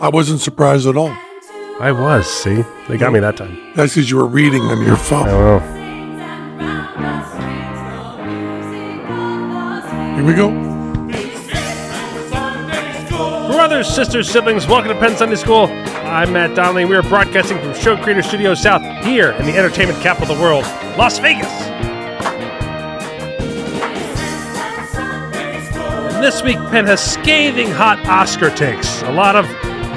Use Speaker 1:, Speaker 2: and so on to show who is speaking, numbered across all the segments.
Speaker 1: I wasn't surprised at all.
Speaker 2: I was. See, they got me that time.
Speaker 1: That's because you were reading on your
Speaker 2: I
Speaker 1: phone.
Speaker 2: don't know.
Speaker 1: Here we go.
Speaker 2: Brothers, sisters, siblings, welcome to Penn Sunday School. I'm Matt Donnelly. We are broadcasting from Show Creator Studio South here in the entertainment capital of the world, Las Vegas. And this week, Penn has scathing hot Oscar takes. A lot of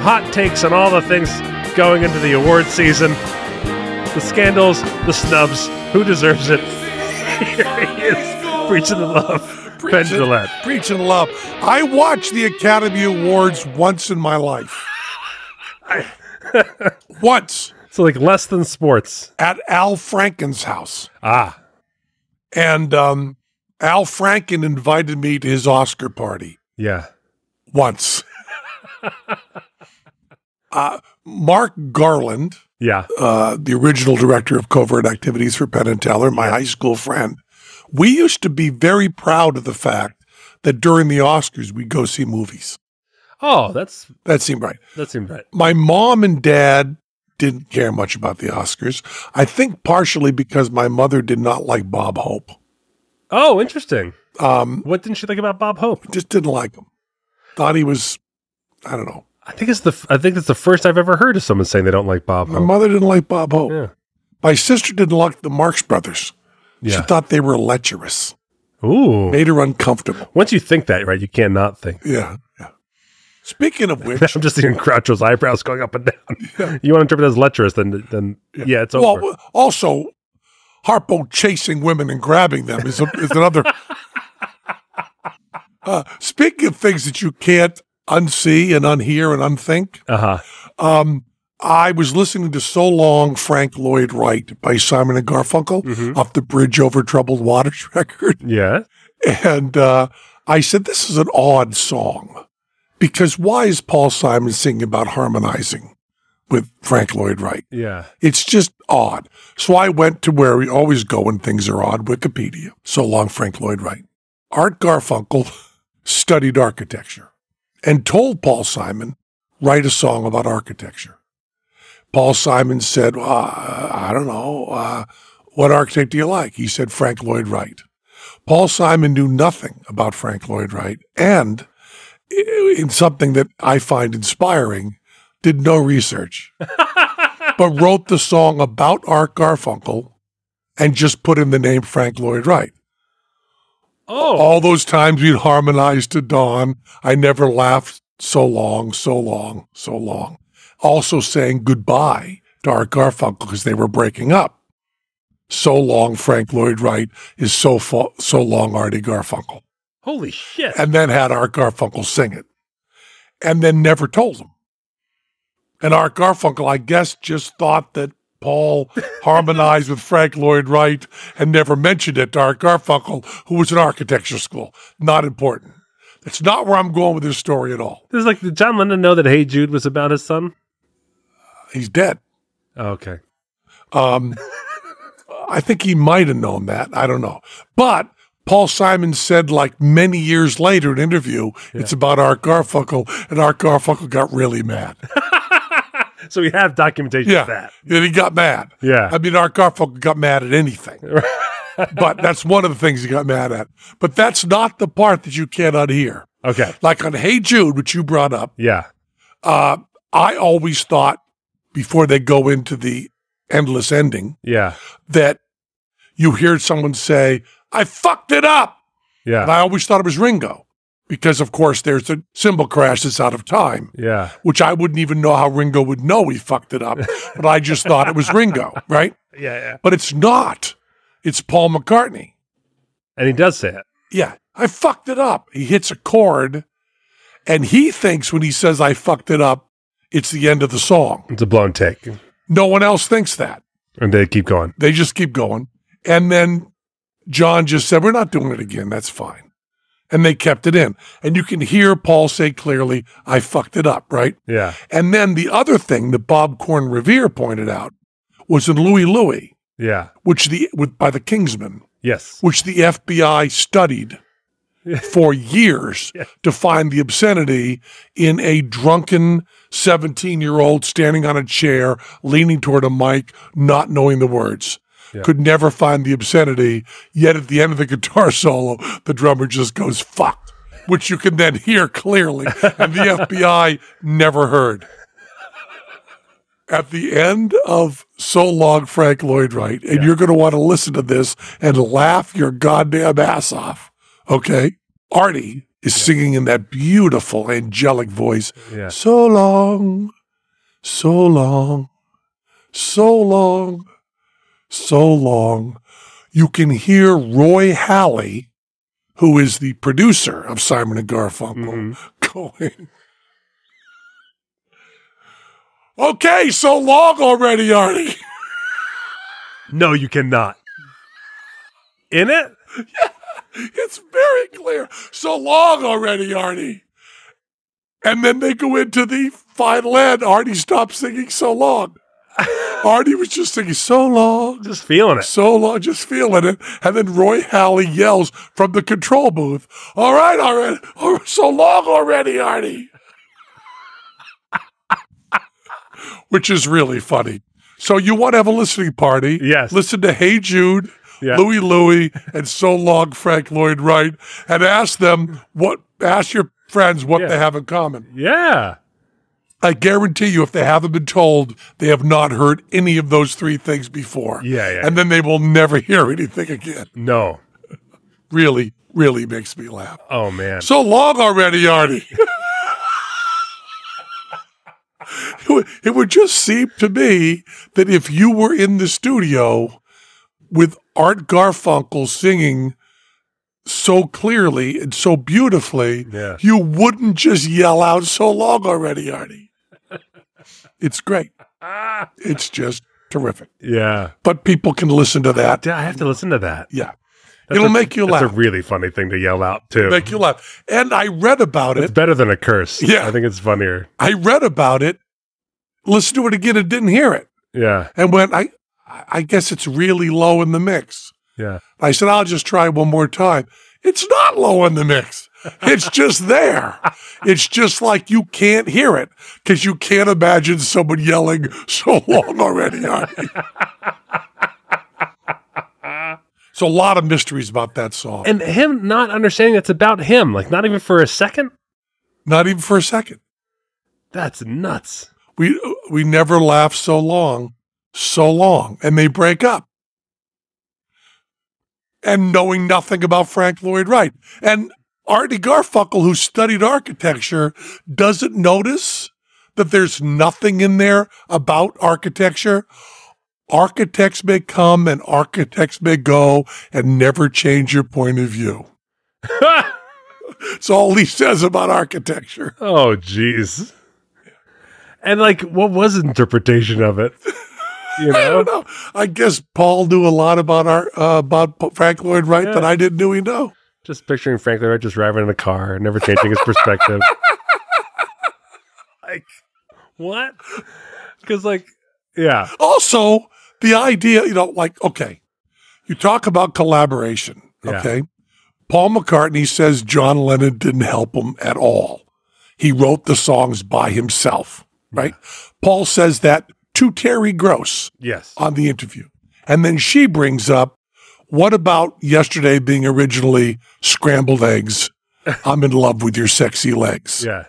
Speaker 2: hot takes on all the things going into the award season the scandals, the snubs, who deserves it. here he is, preaching the love. Penn Gillette.
Speaker 1: Preaching love. I watch the Academy Awards once in my life. once
Speaker 2: So, like, less than sports.
Speaker 1: at Al Franken's house.
Speaker 2: Ah.
Speaker 1: And um, Al Franken invited me to his Oscar party
Speaker 2: Yeah.
Speaker 1: once. uh, Mark Garland,
Speaker 2: Yeah.
Speaker 1: uh, the original director of covert activities for Penn and Teller, my high school friend, we used to be very proud of the fact that during the Oscars we'd go see movies.
Speaker 2: Oh, that's
Speaker 1: That seemed right.
Speaker 2: that seemed right.
Speaker 1: My mom and dad didn't care much about the Oscars. I think partially because my mother did not like Bob Hope.
Speaker 2: Oh, interesting.
Speaker 1: Um,
Speaker 2: What didn't she like about Bob Hope?
Speaker 1: just didn't like him. Thought he was, I don't know.
Speaker 2: I think it's the f- I think it's the first I've ever heard of someone saying they don't like Bob
Speaker 1: My
Speaker 2: Hope.
Speaker 1: mother didn't like Bob Hope.
Speaker 2: Oh. Yeah.
Speaker 1: My sister didn't like the Marx Brothers. She
Speaker 2: Yeah.
Speaker 1: thought they were lecherous,
Speaker 2: Ooh.
Speaker 1: made her uncomfortable.
Speaker 2: Once you think that, right, you can't not think.
Speaker 1: Yeah. yeah. Speaking of which,
Speaker 2: I'm just seeing Groucho's eyebrows going up and down. You want to interpret it as lecherous, then then yeah, it's over.
Speaker 1: well, also Harpo chasing women and grabbing them is, a, is another. Uh, speaking of things that you can't unsee and unhear and unthink,
Speaker 2: uh-huh.
Speaker 1: um, I was listening to So Long, Frank Lloyd Wright by Simon and Garfunkel
Speaker 2: Mm-hmm.
Speaker 1: off the Bridge Over Troubled Waters record.
Speaker 2: Yeah.
Speaker 1: And uh, I said, This is an odd song because why is Paul Simon singing about harmonizing with Frank Lloyd Wright?
Speaker 2: Yeah.
Speaker 1: It's just odd. So I went to where we always go when things are odd Wikipedia. So long, Frank Lloyd Wright. Art Garfunkel studied architecture and told Paul Simon, write a song about architecture. Paul Simon said, "Uh, I don't know. Uh, what architect do you like? He said, Frank Lloyd Wright. Paul Simon knew nothing about Frank Lloyd Wright and, i- in something that I find inspiring, did no research but wrote the song about Art Garfunkel and just put in the name Frank Lloyd Wright.
Speaker 2: Oh.
Speaker 1: All those times we'd harmonize to dawn, I never laughed so long, so long, so long. Also saying goodbye to Art Garfunkel because they were breaking up. So long, Frank Lloyd Wright is so fo- so long, Artie Garfunkel,
Speaker 2: Holy shit.
Speaker 1: and then had Art Garfunkel sing it, and then never told him. And Art Garfunkel, I guess, just thought that Paul harmonized with Frank Lloyd Wright and never mentioned it to Art Garfunkel, who was in architecture school. Not important. That's not where I'm going with this story at all.
Speaker 2: This is like did John Lennon know that Hey Jude was about his son?
Speaker 1: He's dead.
Speaker 2: Oh, okay.
Speaker 1: Um, I think he might have known that. I don't know. But Paul Simon said, like many years later in an interview, it's about Art Garfunkel, and Art Garfunkel got really mad.
Speaker 2: So we have documentation of
Speaker 1: Yeah.
Speaker 2: that.
Speaker 1: And he got mad.
Speaker 2: Yeah.
Speaker 1: I mean, Art Garfunkel got mad at anything. but that's one of the things he got mad at. But that's not the part that you can't unhear.
Speaker 2: Okay.
Speaker 1: Like on Hey Jude, which you brought up,
Speaker 2: Yeah.
Speaker 1: uh, I always thought before they go into the endless ending
Speaker 2: Yeah.
Speaker 1: that you hear someone say, I fucked it up. And
Speaker 2: Yeah.
Speaker 1: I always thought it was Ringo because, of course, there's a cymbal crash that's out of time
Speaker 2: Yeah.
Speaker 1: which I wouldn't even know how Ringo would know he fucked it up, but I just thought it was Ringo, right?
Speaker 2: Yeah. Yeah.
Speaker 1: But it's not. It's Paul McCartney.
Speaker 2: And he does say it.
Speaker 1: Yeah, I fucked it up. He hits a chord, and he thinks when he says, I fucked it up, it's the end of the song.
Speaker 2: It's a blown take.
Speaker 1: No one else thinks that.
Speaker 2: And they keep going.
Speaker 1: They just keep going. And then John just said, We're not doing it again. That's fine. And they kept it in. And you can hear Paul say clearly, I fucked it up, right?
Speaker 2: Yeah.
Speaker 1: And then the other thing that Bob Corn Revere pointed out was in Louie Louie,
Speaker 2: Yeah.
Speaker 1: which the with, by the Kingsmen,
Speaker 2: Yes.
Speaker 1: which the FBI studied for years to find the obscenity in a drunken 17 year old standing on a chair, leaning toward a mic, not knowing the words.
Speaker 2: Yeah.
Speaker 1: Could never find the obscenity. Yet at the end of the guitar solo, the drummer just goes, fuck, which you can then hear clearly. And the FBI never heard. At the end of So Long, Frank Lloyd Wright, and you're going to want to listen to this and laugh your goddamn ass off. Okay. Artie is singing in that beautiful angelic voice.
Speaker 2: Yeah.
Speaker 1: So long, so long, so long, so long. You can hear Roy Halley, who is the producer of Simon and
Speaker 2: Mm-hmm.
Speaker 1: Garfunkel, going, Okay, so long already, Artie.
Speaker 2: No, you cannot. In it?
Speaker 1: It's very clear. So long already, Artie. And then they go into the final end. Artie stopped singing so long. Artie was just singing so long,
Speaker 2: Just feeling it.
Speaker 1: so long, just feeling it. And then Roy Halley yells from the control booth, All right, already. Oh, so long already, Artie. Which is really funny. So you want to have a listening party.
Speaker 2: Yes.
Speaker 1: Listen to Hey Jude.
Speaker 2: Yeah.
Speaker 1: Louie Louie and so long Frank Lloyd Wright and ask them what ask your friends what
Speaker 2: Yeah.
Speaker 1: they have in common.
Speaker 2: Yeah.
Speaker 1: I guarantee you if they haven't been told, they have not heard any of those three things before.
Speaker 2: Yeah, yeah.
Speaker 1: And then they will never hear anything again.
Speaker 2: No.
Speaker 1: Really, really makes me laugh.
Speaker 2: Oh man.
Speaker 1: So long already, Artie. it, would, it would just seem to me that if you were in the studio with Art Garfunkel singing so clearly and so beautifully,
Speaker 2: Yeah.
Speaker 1: you wouldn't just yell out so long already, Artie. it's great. It's just terrific.
Speaker 2: Ah. Yeah.
Speaker 1: But people can listen to that.
Speaker 2: Yeah, I have to listen to that.
Speaker 1: Yeah. It'll
Speaker 2: a-
Speaker 1: make you
Speaker 2: That's
Speaker 1: laugh.
Speaker 2: a really funny thing to yell out too.
Speaker 1: Make you laugh. And I read about it.
Speaker 2: it's better than a curse.
Speaker 1: Yeah.
Speaker 2: I think it's funnier.
Speaker 1: I read about it, listened to it again, and didn't hear it,
Speaker 2: Yeah.
Speaker 1: and went, I, I guess it's really low in the mix.
Speaker 2: Yeah.
Speaker 1: I said, I'll just try one more time. It's not low in the mix. It's just there. It's just like you can't hear it because you can't imagine someone yelling so long already. Artie." so a lot of mysteries about that song.
Speaker 2: And him not understanding that's about him, like not even for a second.
Speaker 1: not even for a second.
Speaker 2: That's nuts.
Speaker 1: we we never laugh so long, so long, and they break up. And knowing nothing about Frank Lloyd Wright and Artie Garfunkel, who studied architecture, doesn't notice that there's nothing in there about architecture. Architects may come and architects may go and never change your point of view. That's all he says about architecture.
Speaker 2: Oh, jeez. And like, what was his interpretation of it? You
Speaker 1: I don't
Speaker 2: know?
Speaker 1: know. I guess Paul knew a lot about our uh, about P- Frank Lloyd Wright that
Speaker 2: Yeah.
Speaker 1: I didn't know he knew.
Speaker 2: Just picturing Frank Lloyd Wright just driving in a car, never changing his perspective. like, what? Because, like, yeah,
Speaker 1: Also, the idea, you know, like okay, you talk about collaboration.
Speaker 2: Yeah.
Speaker 1: Okay, Paul McCartney says John Lennon didn't help him at all. He wrote the songs by himself. Right? Paul says that to Terry Gross
Speaker 2: yes,
Speaker 1: on the interview, and then she brings up. What about yesterday being originally scrambled eggs? I'm in love with your sexy legs.
Speaker 2: yeah,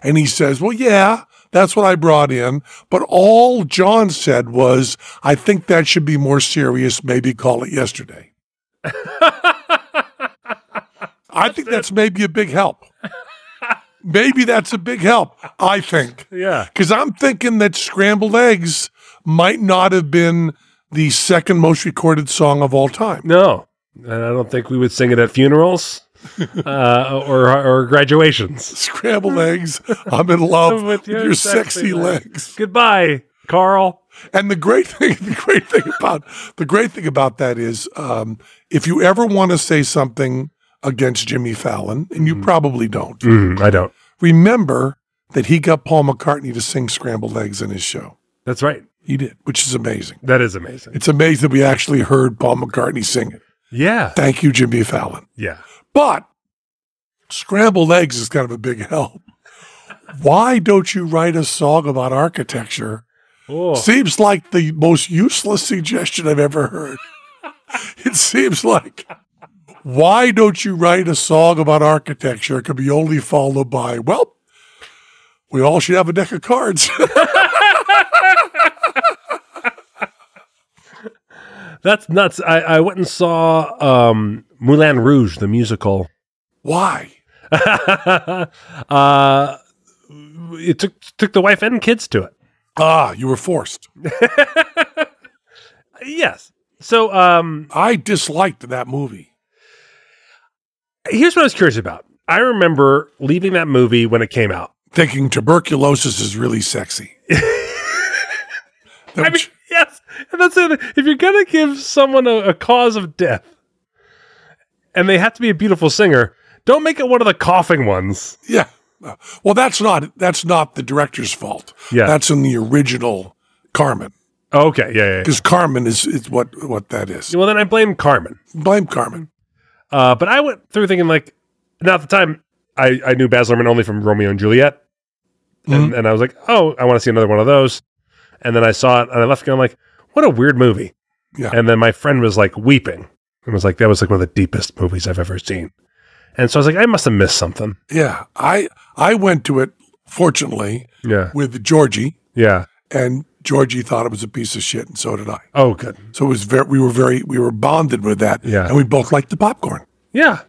Speaker 1: And he says, Well, yeah, that's what I brought in. But all John said was, I think that should be more serious. Maybe call it yesterday. I think that's maybe a big help. Maybe that's a big help, I think.
Speaker 2: yeah,
Speaker 1: Because I'm thinking that Scrambled Eggs might not have been the second most recorded song of all time.
Speaker 2: no. And I don't think we would sing it at funerals uh, or or graduations.
Speaker 1: Scrambled Eggs, I'm in love with,
Speaker 2: With
Speaker 1: your,
Speaker 2: your
Speaker 1: sexy,
Speaker 2: sexy
Speaker 1: legs.
Speaker 2: Goodbye, Carl.
Speaker 1: And the great thing, the great thing about the great thing about that is, um, if you ever want to say something against Jimmy Fallon, and you probably don't,
Speaker 2: Mm, I don't.
Speaker 1: remember that he got Paul McCartney to sing "Scrambled Eggs" in his show.
Speaker 2: That's right.
Speaker 1: He did, which is amazing.
Speaker 2: That is amazing.
Speaker 1: It's amazing that we actually heard Paul McCartney sing it.
Speaker 2: Yeah,
Speaker 1: Thank you, Jimmy Fallon.
Speaker 2: yeah,
Speaker 1: But Scrambled eggs is kind of a big help. Why don't you write a song about architecture?
Speaker 2: Oh,
Speaker 1: Seems like the most useless suggestion I've ever heard. it seems like, why don't you write a song about architecture? It could be only followed by, well, we all should have a deck of cards.
Speaker 2: that's nuts. I, I went and saw um, Moulin Rouge, the musical.
Speaker 1: why?
Speaker 2: uh, it took took the wife and kids to it.
Speaker 1: Ah, you were forced.
Speaker 2: Yes. So um,
Speaker 1: I disliked that movie.
Speaker 2: here's what I was curious about. I remember leaving that movie when it came out.
Speaker 1: Thinking tuberculosis is really sexy.
Speaker 2: I mean, yes, and that's it. If you're gonna give someone a, a cause of death, and they have to be a beautiful singer, don't make it one of the coughing ones.
Speaker 1: Yeah. Well, that's not that's not the director's fault.
Speaker 2: Yeah.
Speaker 1: That's in the original Carmen
Speaker 2: Okay, yeah, yeah. yeah.
Speaker 1: because Carmen is is what what that is.
Speaker 2: Well, then I blame Carmen.
Speaker 1: Blame Carmen.
Speaker 2: Uh, but I went through thinking like, now at the time I, I knew Baz Luhrmann only from Romeo and Juliet, and, and I was like, oh, I want to see another one of those. And then I saw it, and I left going like, what a weird movie.
Speaker 1: Yeah.
Speaker 2: And then my friend was like weeping, and was like, that was like one of the deepest movies I've ever seen. And so I was like, I must have missed something.
Speaker 1: Yeah. I I went to it fortunately
Speaker 2: Yeah,
Speaker 1: with Georgie,
Speaker 2: yeah.
Speaker 1: and Georgie thought it was a piece of shit, and so did I.
Speaker 2: Oh, good.
Speaker 1: So it was very we were very we were bonded with that.
Speaker 2: Yeah.
Speaker 1: And we both liked the popcorn.
Speaker 2: Yeah.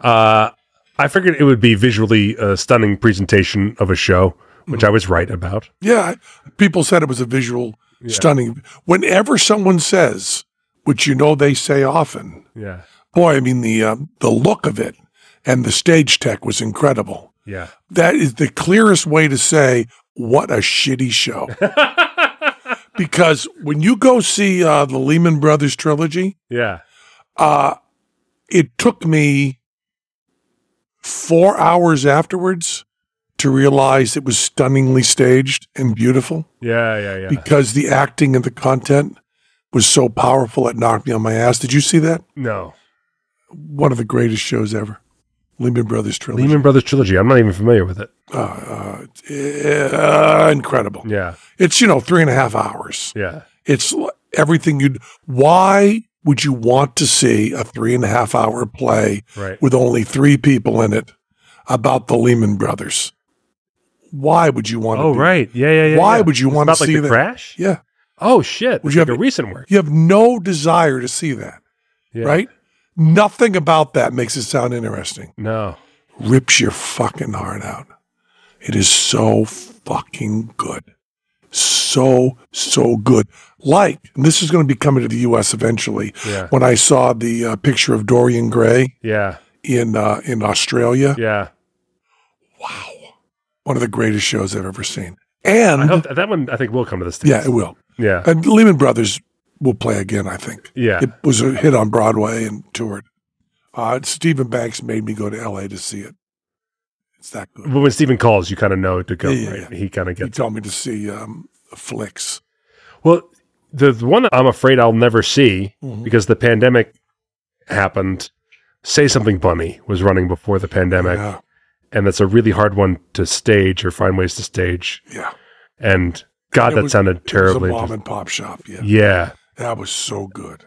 Speaker 2: Uh, I figured it would be visually a stunning presentation of a show, which I was right about.
Speaker 1: Yeah. People said it was a visual stunning. Whenever someone says, which you know they say often,
Speaker 2: Yeah.
Speaker 1: boy, I mean the uh, the look of it and the stage tech was incredible.
Speaker 2: Yeah.
Speaker 1: That is the clearest way to say what a shitty show. because when you go see uh, the Lehman Brothers trilogy,
Speaker 2: Yeah.
Speaker 1: uh, it took me four hours afterwards to realize it was stunningly staged and beautiful
Speaker 2: Yeah. Yeah. Yeah.
Speaker 1: because the acting and the content was so powerful it knocked me on my ass. Did you see that?
Speaker 2: no.
Speaker 1: one of the greatest shows ever. Lehman Brothers trilogy.
Speaker 2: Lehman Brothers trilogy. I'm not even familiar with it.
Speaker 1: Uh, uh, uh, incredible.
Speaker 2: Yeah.
Speaker 1: It's, you know, three and a half hours.
Speaker 2: Yeah.
Speaker 1: It's l- everything you'd. Why would you want to see a three and a half hour play
Speaker 2: Right.
Speaker 1: with only three people in it about the Lehman Brothers? Why would you want to?
Speaker 2: Oh,
Speaker 1: do-
Speaker 2: right. Yeah. Yeah. Yeah.
Speaker 1: Why
Speaker 2: yeah.
Speaker 1: would you
Speaker 2: It's
Speaker 1: want
Speaker 2: about,
Speaker 1: to
Speaker 2: like,
Speaker 1: see
Speaker 2: the
Speaker 1: that?
Speaker 2: crash?
Speaker 1: Yeah.
Speaker 2: Oh shit. Would
Speaker 1: you
Speaker 2: you have
Speaker 1: have-
Speaker 2: a recent work?
Speaker 1: You have no desire to see that,
Speaker 2: Yeah.
Speaker 1: right? Nothing about that makes it sound interesting.
Speaker 2: No.
Speaker 1: rips your fucking heart out. It is so fucking good. So, so good. Like, and this is going to be coming to the US eventually.
Speaker 2: Yeah.
Speaker 1: When I saw the uh, picture of Dorian Gray
Speaker 2: Yeah.
Speaker 1: in, uh, in Australia,
Speaker 2: Yeah.
Speaker 1: wow, one of the greatest shows I've ever seen.
Speaker 2: I
Speaker 1: And
Speaker 2: hope that, that one. I think will come to the states.
Speaker 1: yeah, it will.
Speaker 2: Yeah.
Speaker 1: And Lehman Brothers will play again, I think.
Speaker 2: Yeah.
Speaker 1: It was a hit on Broadway and toured. Uh, Stephen Banks made me go to LA to see it. It's that good.
Speaker 2: But when Stephen calls, you kind of know to go.
Speaker 1: Yeah, yeah,
Speaker 2: right? He kind of
Speaker 1: He
Speaker 2: gets.
Speaker 1: told me to see um, flicks.
Speaker 2: Well, the, the one I'm afraid I'll never see
Speaker 1: Mhm.
Speaker 2: because the pandemic happened. Say something funny was running before the pandemic,
Speaker 1: Yeah,
Speaker 2: and that's a really hard one to stage or find ways to stage.
Speaker 1: yeah.
Speaker 2: And God,
Speaker 1: It
Speaker 2: that
Speaker 1: was-
Speaker 2: sounded terribly.
Speaker 1: It was a mom and pop shop. Yeah,
Speaker 2: Yeah.
Speaker 1: that was so good.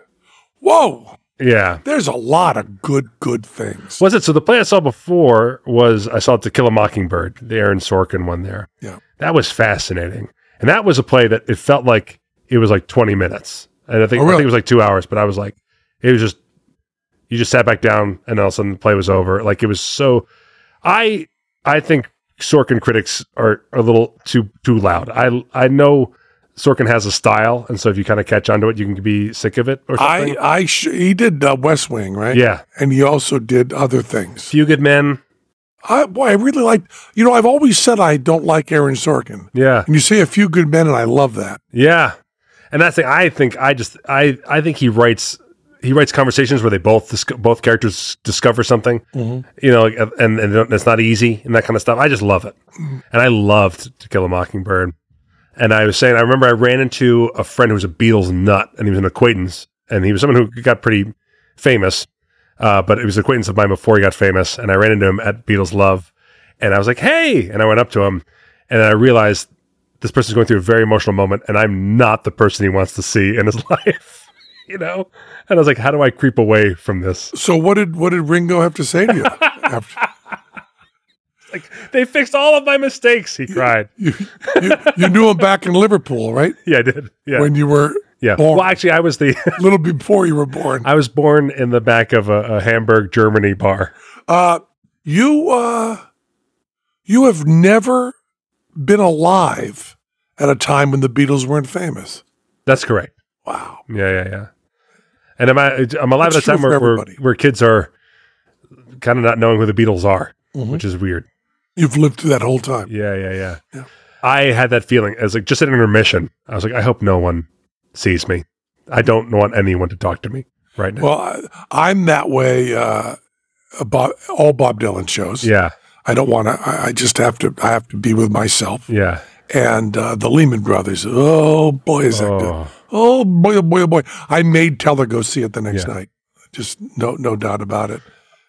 Speaker 1: Whoa,
Speaker 2: Yeah.
Speaker 1: there's a lot of good, good things.
Speaker 2: Was it? So the play I saw before was I saw To Kill a Mockingbird, the Aaron Sorkin one there.
Speaker 1: Yeah.
Speaker 2: That was fascinating. And that was a play that it felt like it was like 20 minutes. And I think,
Speaker 1: Oh,
Speaker 2: I think
Speaker 1: really?
Speaker 2: it was like two hours, but I was like, it was just, you just sat back down and all of a sudden the play was over. Like it was so, I, I think Sorkin critics are a little too, too loud. I, I know Sorkin has a style. And so if you kind of catch on to it, you can be sick of it or something.
Speaker 1: I, I, sh- he did uh, West Wing, right?
Speaker 2: yeah.
Speaker 1: and he also did other things.
Speaker 2: Few good men.
Speaker 1: I, boy, I really like. You know, I've always said I don't like Aaron Sorkin,
Speaker 2: Yeah.
Speaker 1: and you say a few good men, and I love that.
Speaker 2: Yeah, and that's the thing. I think I just I I think he writes he writes conversations where they both dis- both characters discover something. You know, like, and and they don't- it's not easy and that kind of stuff. I just love it, and I loved To Kill a Mockingbird. And I was saying, I remember I ran into a friend who was a Beatles nut, and he was an acquaintance, and he was someone who got pretty famous. uh, but it was an acquaintance of mine before he got famous, and I ran into him at Beatles Love, and I was like, "Hey!" and I went up to him, and I realized this person's going through a very emotional moment, and I'm not the person he wants to see in his life, you know. And I was like, "How do I creep away from this?"
Speaker 1: So what did what did Ringo have to say to you? after,
Speaker 2: Like, they fixed all of my mistakes. He cried.
Speaker 1: you, you you knew him back in Liverpool, right?
Speaker 2: Yeah, I did. Yeah,
Speaker 1: When you were
Speaker 2: yeah.
Speaker 1: born.
Speaker 2: Well, actually, I was the
Speaker 1: a little before you were born.
Speaker 2: I was born in the back of a, a Hamburg, Germany bar.
Speaker 1: Uh, you uh, you have never been alive at a time when the Beatles weren't famous.
Speaker 2: That's correct.
Speaker 1: Wow.
Speaker 2: Yeah, yeah, yeah. And I'm I'm alive
Speaker 1: That's
Speaker 2: at a time
Speaker 1: true for
Speaker 2: where, where
Speaker 1: everybody.
Speaker 2: where kids are kind of not knowing who the Beatles are,
Speaker 1: Mhm.
Speaker 2: which is weird.
Speaker 1: You've lived through that whole time.
Speaker 2: Yeah, yeah, yeah,
Speaker 1: Yeah.
Speaker 2: I had that feeling as like just an intermission. I was like, I hope no one sees me. I don't want anyone to talk to me right now.
Speaker 1: Well, I, I'm that way uh, about all Bob Dylan shows.
Speaker 2: yeah,
Speaker 1: I don't want to. I, I just have to. I have to be with myself.
Speaker 2: yeah.
Speaker 1: And uh, the Lehman Brothers. Oh boy, is that good.
Speaker 2: Oh,
Speaker 1: Oh boy, oh boy, oh boy. I made Teller go see it the next
Speaker 2: Yeah.
Speaker 1: night. Just no, no doubt about it.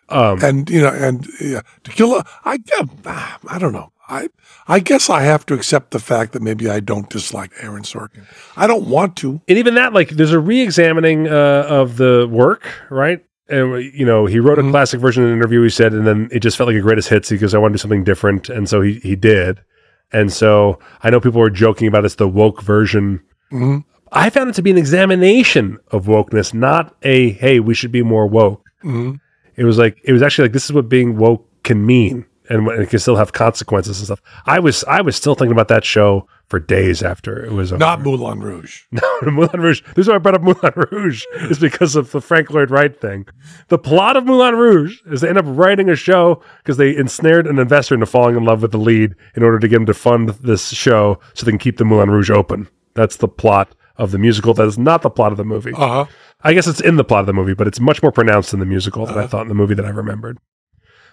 Speaker 2: um,
Speaker 1: And you know, and yeah, to kill. A, I, ah, I don't know. I, I guess I have to accept the fact that maybe I don't dislike Aaron Sorkin. I don't want to.
Speaker 2: and even that, like, there's a re-examining uh, of the work, right? And you know, he wrote a
Speaker 1: Mhm.
Speaker 2: classic version in an interview. He said, and then it just felt like a greatest hits because I want to do something different, and so he he did. And so I know people were joking about it's the woke version.
Speaker 1: Mhm.
Speaker 2: I found it to be an examination of wokeness, not a hey, we should be more woke.
Speaker 1: Mhm.
Speaker 2: It was like it was actually like this is what being woke can mean, and what- it can still have consequences and stuff. I was I was still thinking about that show for days after it was over.
Speaker 1: Not Moulin Rouge.
Speaker 2: No, Moulin Rouge. The reason why I brought up Moulin Rouge is because of the Frank Lloyd Wright thing. The plot of Moulin Rouge is they end up writing a show because they ensnared an investor into falling in love with the lead in order to get him to fund this show so they can keep the Moulin Rouge open. That's the plot of the musical. That is not the plot of the movie.
Speaker 1: Uh huh.
Speaker 2: I guess it's in the plot of the movie, but it's much more pronounced in the musical than I thought in the movie that I remembered.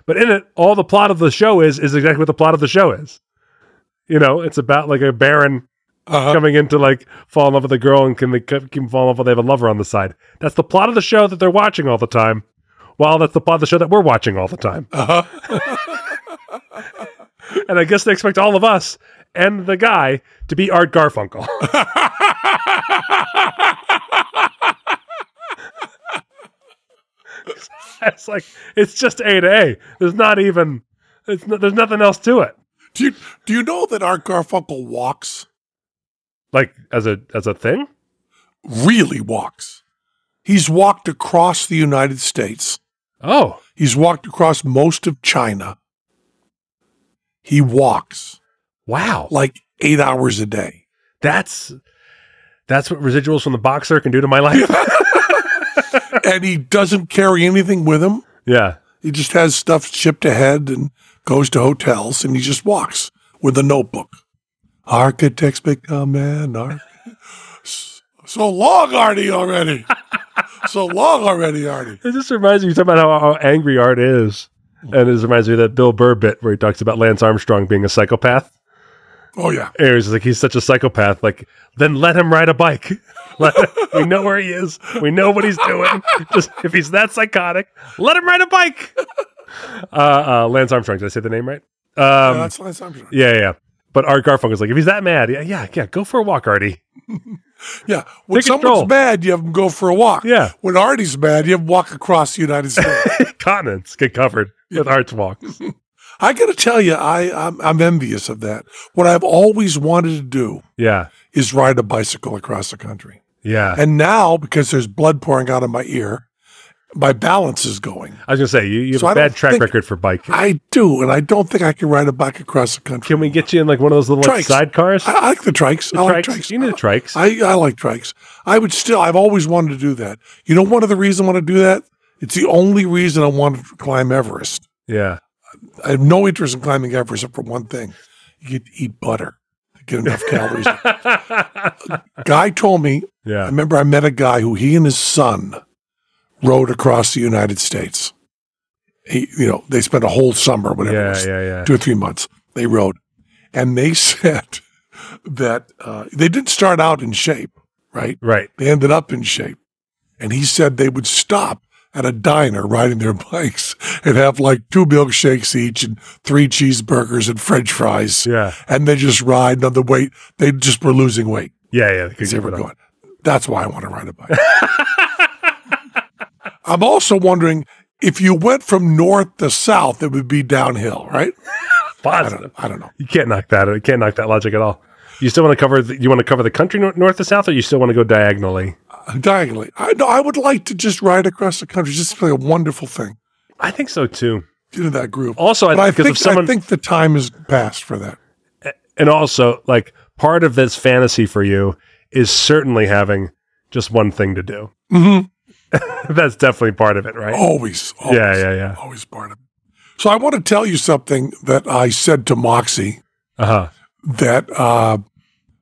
Speaker 2: But in it, all the plot of the show is is exactly what the plot of the show is. You know, it's about like a baron
Speaker 1: Uh huh.
Speaker 2: coming in to like fall in love with a girl and can they c- can fall in love while they have a lover on the side. That's the plot of the show that they're watching all the time. While that's the plot of the show that we're watching all the time.
Speaker 1: Uh-huh.
Speaker 2: And I guess they expect all of us and the guy to be Art Garfunkel. it's like it's just A to A. There's not even it's no, there's nothing else to it.
Speaker 1: Do you do you know that Art Garfunkel walks?
Speaker 2: Like as a as a thing?
Speaker 1: Really walks. He's walked across the United States.
Speaker 2: Oh.
Speaker 1: He's walked across most of China. He walks
Speaker 2: Wow.
Speaker 1: like eight hours a day.
Speaker 2: That's that's what residuals from the boxer can do to my life.
Speaker 1: and he doesn't carry anything with him.
Speaker 2: yeah.
Speaker 1: He just has stuff shipped ahead and goes to hotels and he just walks with a notebook. Architects become an arch. So long, Artie, already. so long already, Artie.
Speaker 2: It just reminds me, you talk about how, how angry art is. And it just reminds me of that Bill Burr bit where he talks about Lance Armstrong being a psychopath.
Speaker 1: Oh, yeah.
Speaker 2: And he's like, he's such a psychopath. Like, then let him ride a bike. Let we know where he is. We know what he's doing. Just if he's that psychotic, let him ride a bike. Uh, uh, Lance Armstrong. Did I say the name right?
Speaker 1: Yeah,
Speaker 2: Um,
Speaker 1: that's Lance Armstrong.
Speaker 2: yeah, yeah, yeah. But Art Garfunkel's like, if he's that mad, yeah, yeah, yeah, go for a walk, Artie.
Speaker 1: Yeah. When
Speaker 2: Take a
Speaker 1: someone's
Speaker 2: stroll.
Speaker 1: mad, you have them go for a walk.
Speaker 2: Yeah.
Speaker 1: When Artie's mad, you have them walk across the United States.
Speaker 2: Continents get covered with Art's walks.
Speaker 1: I got to tell you, I, I'm, I'm envious of that. What I've always wanted to do
Speaker 2: Yeah,
Speaker 1: is ride a bicycle across the country.
Speaker 2: yeah.
Speaker 1: And now, because there's blood pouring out of my ear, my balance is going.
Speaker 2: I was gonna say you, you have
Speaker 1: So
Speaker 2: a
Speaker 1: I don't
Speaker 2: bad track
Speaker 1: think-
Speaker 2: record for biking.
Speaker 1: I do, and I don't think I can ride a bike across the country.
Speaker 2: Can we get you in like one of those little like,
Speaker 1: Trikes.
Speaker 2: sidecars?
Speaker 1: I, I like the trikes. I like trikes.
Speaker 2: You need the trikes.
Speaker 1: I, I like trikes. I would still, I've always wanted to do that. You know, one of the reasons I want to do that? It's the only reason I wanted to climb Everest.
Speaker 2: yeah.
Speaker 1: I have no interest in climbing Everest except for one thing you get to eat butter to get enough calories. guy told me, I
Speaker 2: yeah.
Speaker 1: remember I met a guy who he and his son rode across the United States. He, you know, they spent a whole summer, whatever it
Speaker 2: Yeah,
Speaker 1: was,
Speaker 2: yeah, yeah.
Speaker 1: two or three months. They rode, and they said that uh, they didn't start out in shape, right?
Speaker 2: Right.
Speaker 1: They ended up in shape, and he said they would stop at a diner riding their bikes and have like two milkshakes each and three cheeseburgers and french fries.
Speaker 2: Yeah.
Speaker 1: And they just ride and on the weight. They just were losing weight.
Speaker 2: Yeah, yeah. They could
Speaker 1: They
Speaker 2: give
Speaker 1: were
Speaker 2: it up.
Speaker 1: going. That's why I want to ride a bike. I'm also wondering if you went from north to south, it would be downhill, right? I
Speaker 2: Positive.
Speaker 1: don't, I don't know.
Speaker 2: You can't knock that. You can't knock that logic at all. You still want to cover? The, you want to cover the country nor- north to south, or you still want to go diagonally?
Speaker 1: Diagonally. I know I would like to just ride across the country. Just like a wonderful thing.
Speaker 2: I think so too.
Speaker 1: Get in that groove.
Speaker 2: Also, I,
Speaker 1: but I
Speaker 2: because
Speaker 1: think,
Speaker 2: if someone
Speaker 1: I think the time has passed for that.
Speaker 2: and also like part of this fantasy for you is certainly having just one thing to do.
Speaker 1: Mhm.
Speaker 2: That's definitely part Oh, of it, right?
Speaker 1: Always, always.
Speaker 2: yeah, yeah, yeah.
Speaker 1: Always part of it. So I want to tell you something that I said to Moxie
Speaker 2: Uh huh.
Speaker 1: that uh,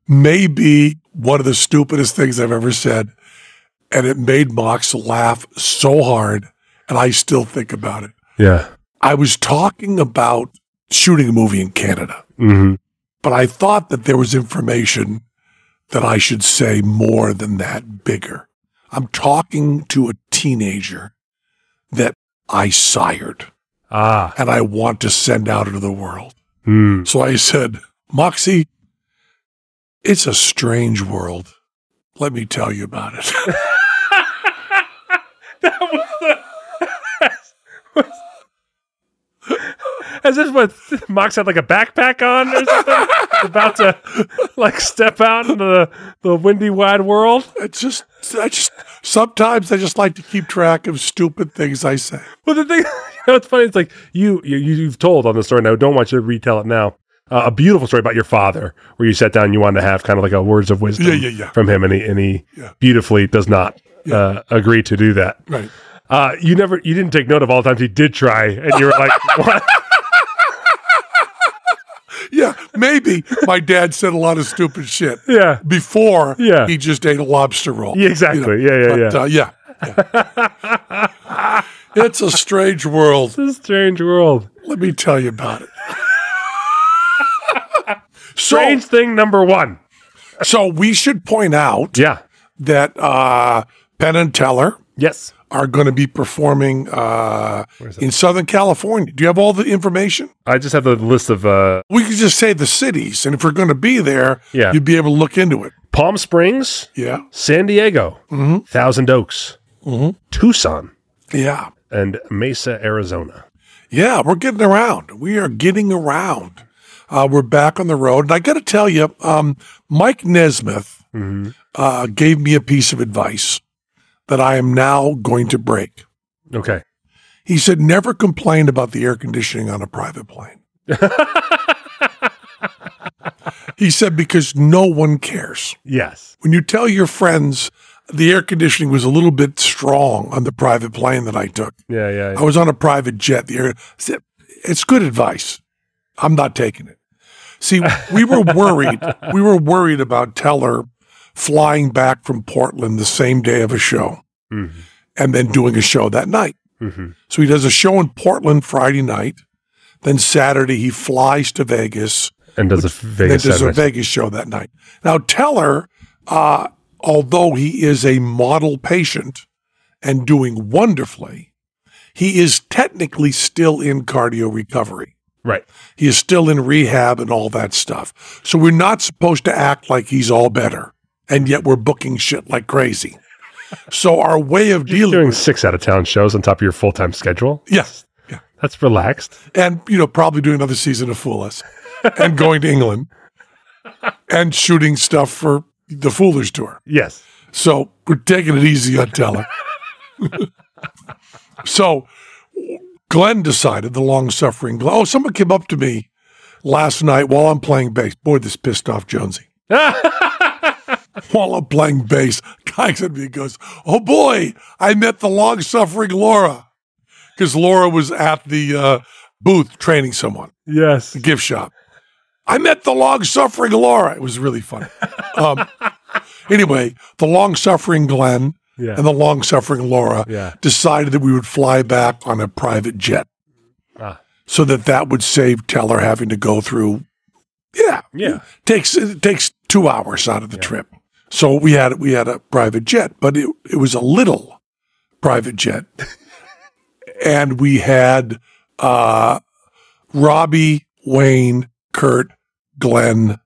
Speaker 1: may be one of the stupidest things I've ever said. And it made Mox laugh so hard. And I still think about it.
Speaker 2: Yeah.
Speaker 1: I was talking about shooting a movie in Canada,
Speaker 2: Mm-hmm.
Speaker 1: but I thought that there was information that I should say more than that, bigger. I'm talking to a teenager that I sired
Speaker 2: Ah.
Speaker 1: and I want to send out into the world.
Speaker 2: Mm.
Speaker 1: So I said, Moxie, it's a strange world. Let me tell you about it.
Speaker 2: that was the. As if what Mox had like a backpack on or something, about to like step out into the, the windy wide world.
Speaker 1: It's just, I just, sometimes I just like to keep track of stupid things I say.
Speaker 2: Well, the thing, you know, it's funny. It's like you, you, you've told on the story. Now, don't want you to retell it now. Uh, a beautiful story about your father, where you sat down, and you wanted to have kind of like a words of wisdom
Speaker 1: Yeah, yeah, yeah.
Speaker 2: from him, and he, and he
Speaker 1: Yeah.
Speaker 2: beautifully does not uh, agree to do that.
Speaker 1: Right.
Speaker 2: Uh, you never, you didn't take note of all the times he did try, and you were like, what?
Speaker 1: Yeah, maybe my dad said a lot of stupid shit
Speaker 2: yeah,
Speaker 1: before
Speaker 2: Yeah.
Speaker 1: he just ate a lobster roll.
Speaker 2: Yeah, exactly. Yeah, yeah,
Speaker 1: But, uh, yeah. yeah. it's a strange world.
Speaker 2: this is a strange world.
Speaker 1: Let me tell you about it. so,
Speaker 2: Strange thing number one.
Speaker 1: so we should point out
Speaker 2: Yeah.
Speaker 1: that uh, Penn and Teller
Speaker 2: Yes.
Speaker 1: are going to be performing uh, in Southern California. Do you have all the information?
Speaker 2: I just have the list of uh,
Speaker 1: We could just say the cities, and if we're going to be there,
Speaker 2: Yeah.
Speaker 1: you'd be able to look into it.
Speaker 2: Palm Springs,
Speaker 1: Yeah,
Speaker 2: San Diego,
Speaker 1: Mm-hmm.
Speaker 2: Thousand Oaks, Tucson,
Speaker 1: yeah.
Speaker 2: and Mesa, Arizona.
Speaker 1: Yeah, we're getting around. We are getting around. Uh, we're back on the road. And I got to tell you, um, Mike Nesmith uh, gave me a piece of advice that I am now going to break.
Speaker 2: Okay.
Speaker 1: He said, never complain about the air conditioning on a private plane. he said, because no one cares.
Speaker 2: Yes.
Speaker 1: When you tell your friends the air conditioning was a little bit strong on the private plane that I took,
Speaker 2: Yeah, yeah.
Speaker 1: I was on a private jet. The air, said, it's good advice. I'm not taking it. See, we were worried. we were worried about Teller flying back from Portland the same day of a show
Speaker 2: Mm-hmm.
Speaker 1: and then doing a show that night.
Speaker 2: hmm
Speaker 1: So he does a show in Portland Friday night. Then Saturday, he flies to Vegas
Speaker 2: And does a Vegas
Speaker 1: that does a
Speaker 2: Saturday.
Speaker 1: Vegas show that night. Now, Teller, uh, although he is a model patient and doing wonderfully, he is technically still in cardio recovery.
Speaker 2: Right.
Speaker 1: He is still in rehab and all that stuff. So we're not supposed to act like he's all better, and yet we're booking shit like crazy. So our way of dealing,
Speaker 2: Doing six out of town shows on top of your full time schedule.
Speaker 1: yes,
Speaker 2: That's relaxed.
Speaker 1: and you know probably doing another season of Fool Us, and going to England, and shooting stuff for the Foolish tour.
Speaker 2: Yes.
Speaker 1: So we're taking it easy on Teller. so Glenn decided, the long suffering Glenn. Oh, someone came up to me last night while I'm playing bass. Boy, this pissed off Jonesy. while I'm playing bass, guy said to me, he goes, Oh boy, I met the long suffering Laura. Because Laura was at the uh, booth training someone
Speaker 2: Yes.
Speaker 1: gift shop. I met the long suffering Laura. It was really funny. Um, anyway, the long suffering Glenn
Speaker 2: Yeah.
Speaker 1: and the long suffering Laura
Speaker 2: Yeah.
Speaker 1: decided that we would fly back on a private jet
Speaker 2: Ah.
Speaker 1: so that that would save Teller having to go through. Yeah,
Speaker 2: Yeah.
Speaker 1: takes it takes two hours out of the trip. So we had we had a private jet, but it, it was a little private jet. and we had uh, Robbie, Wayne, Kurt, Glenn,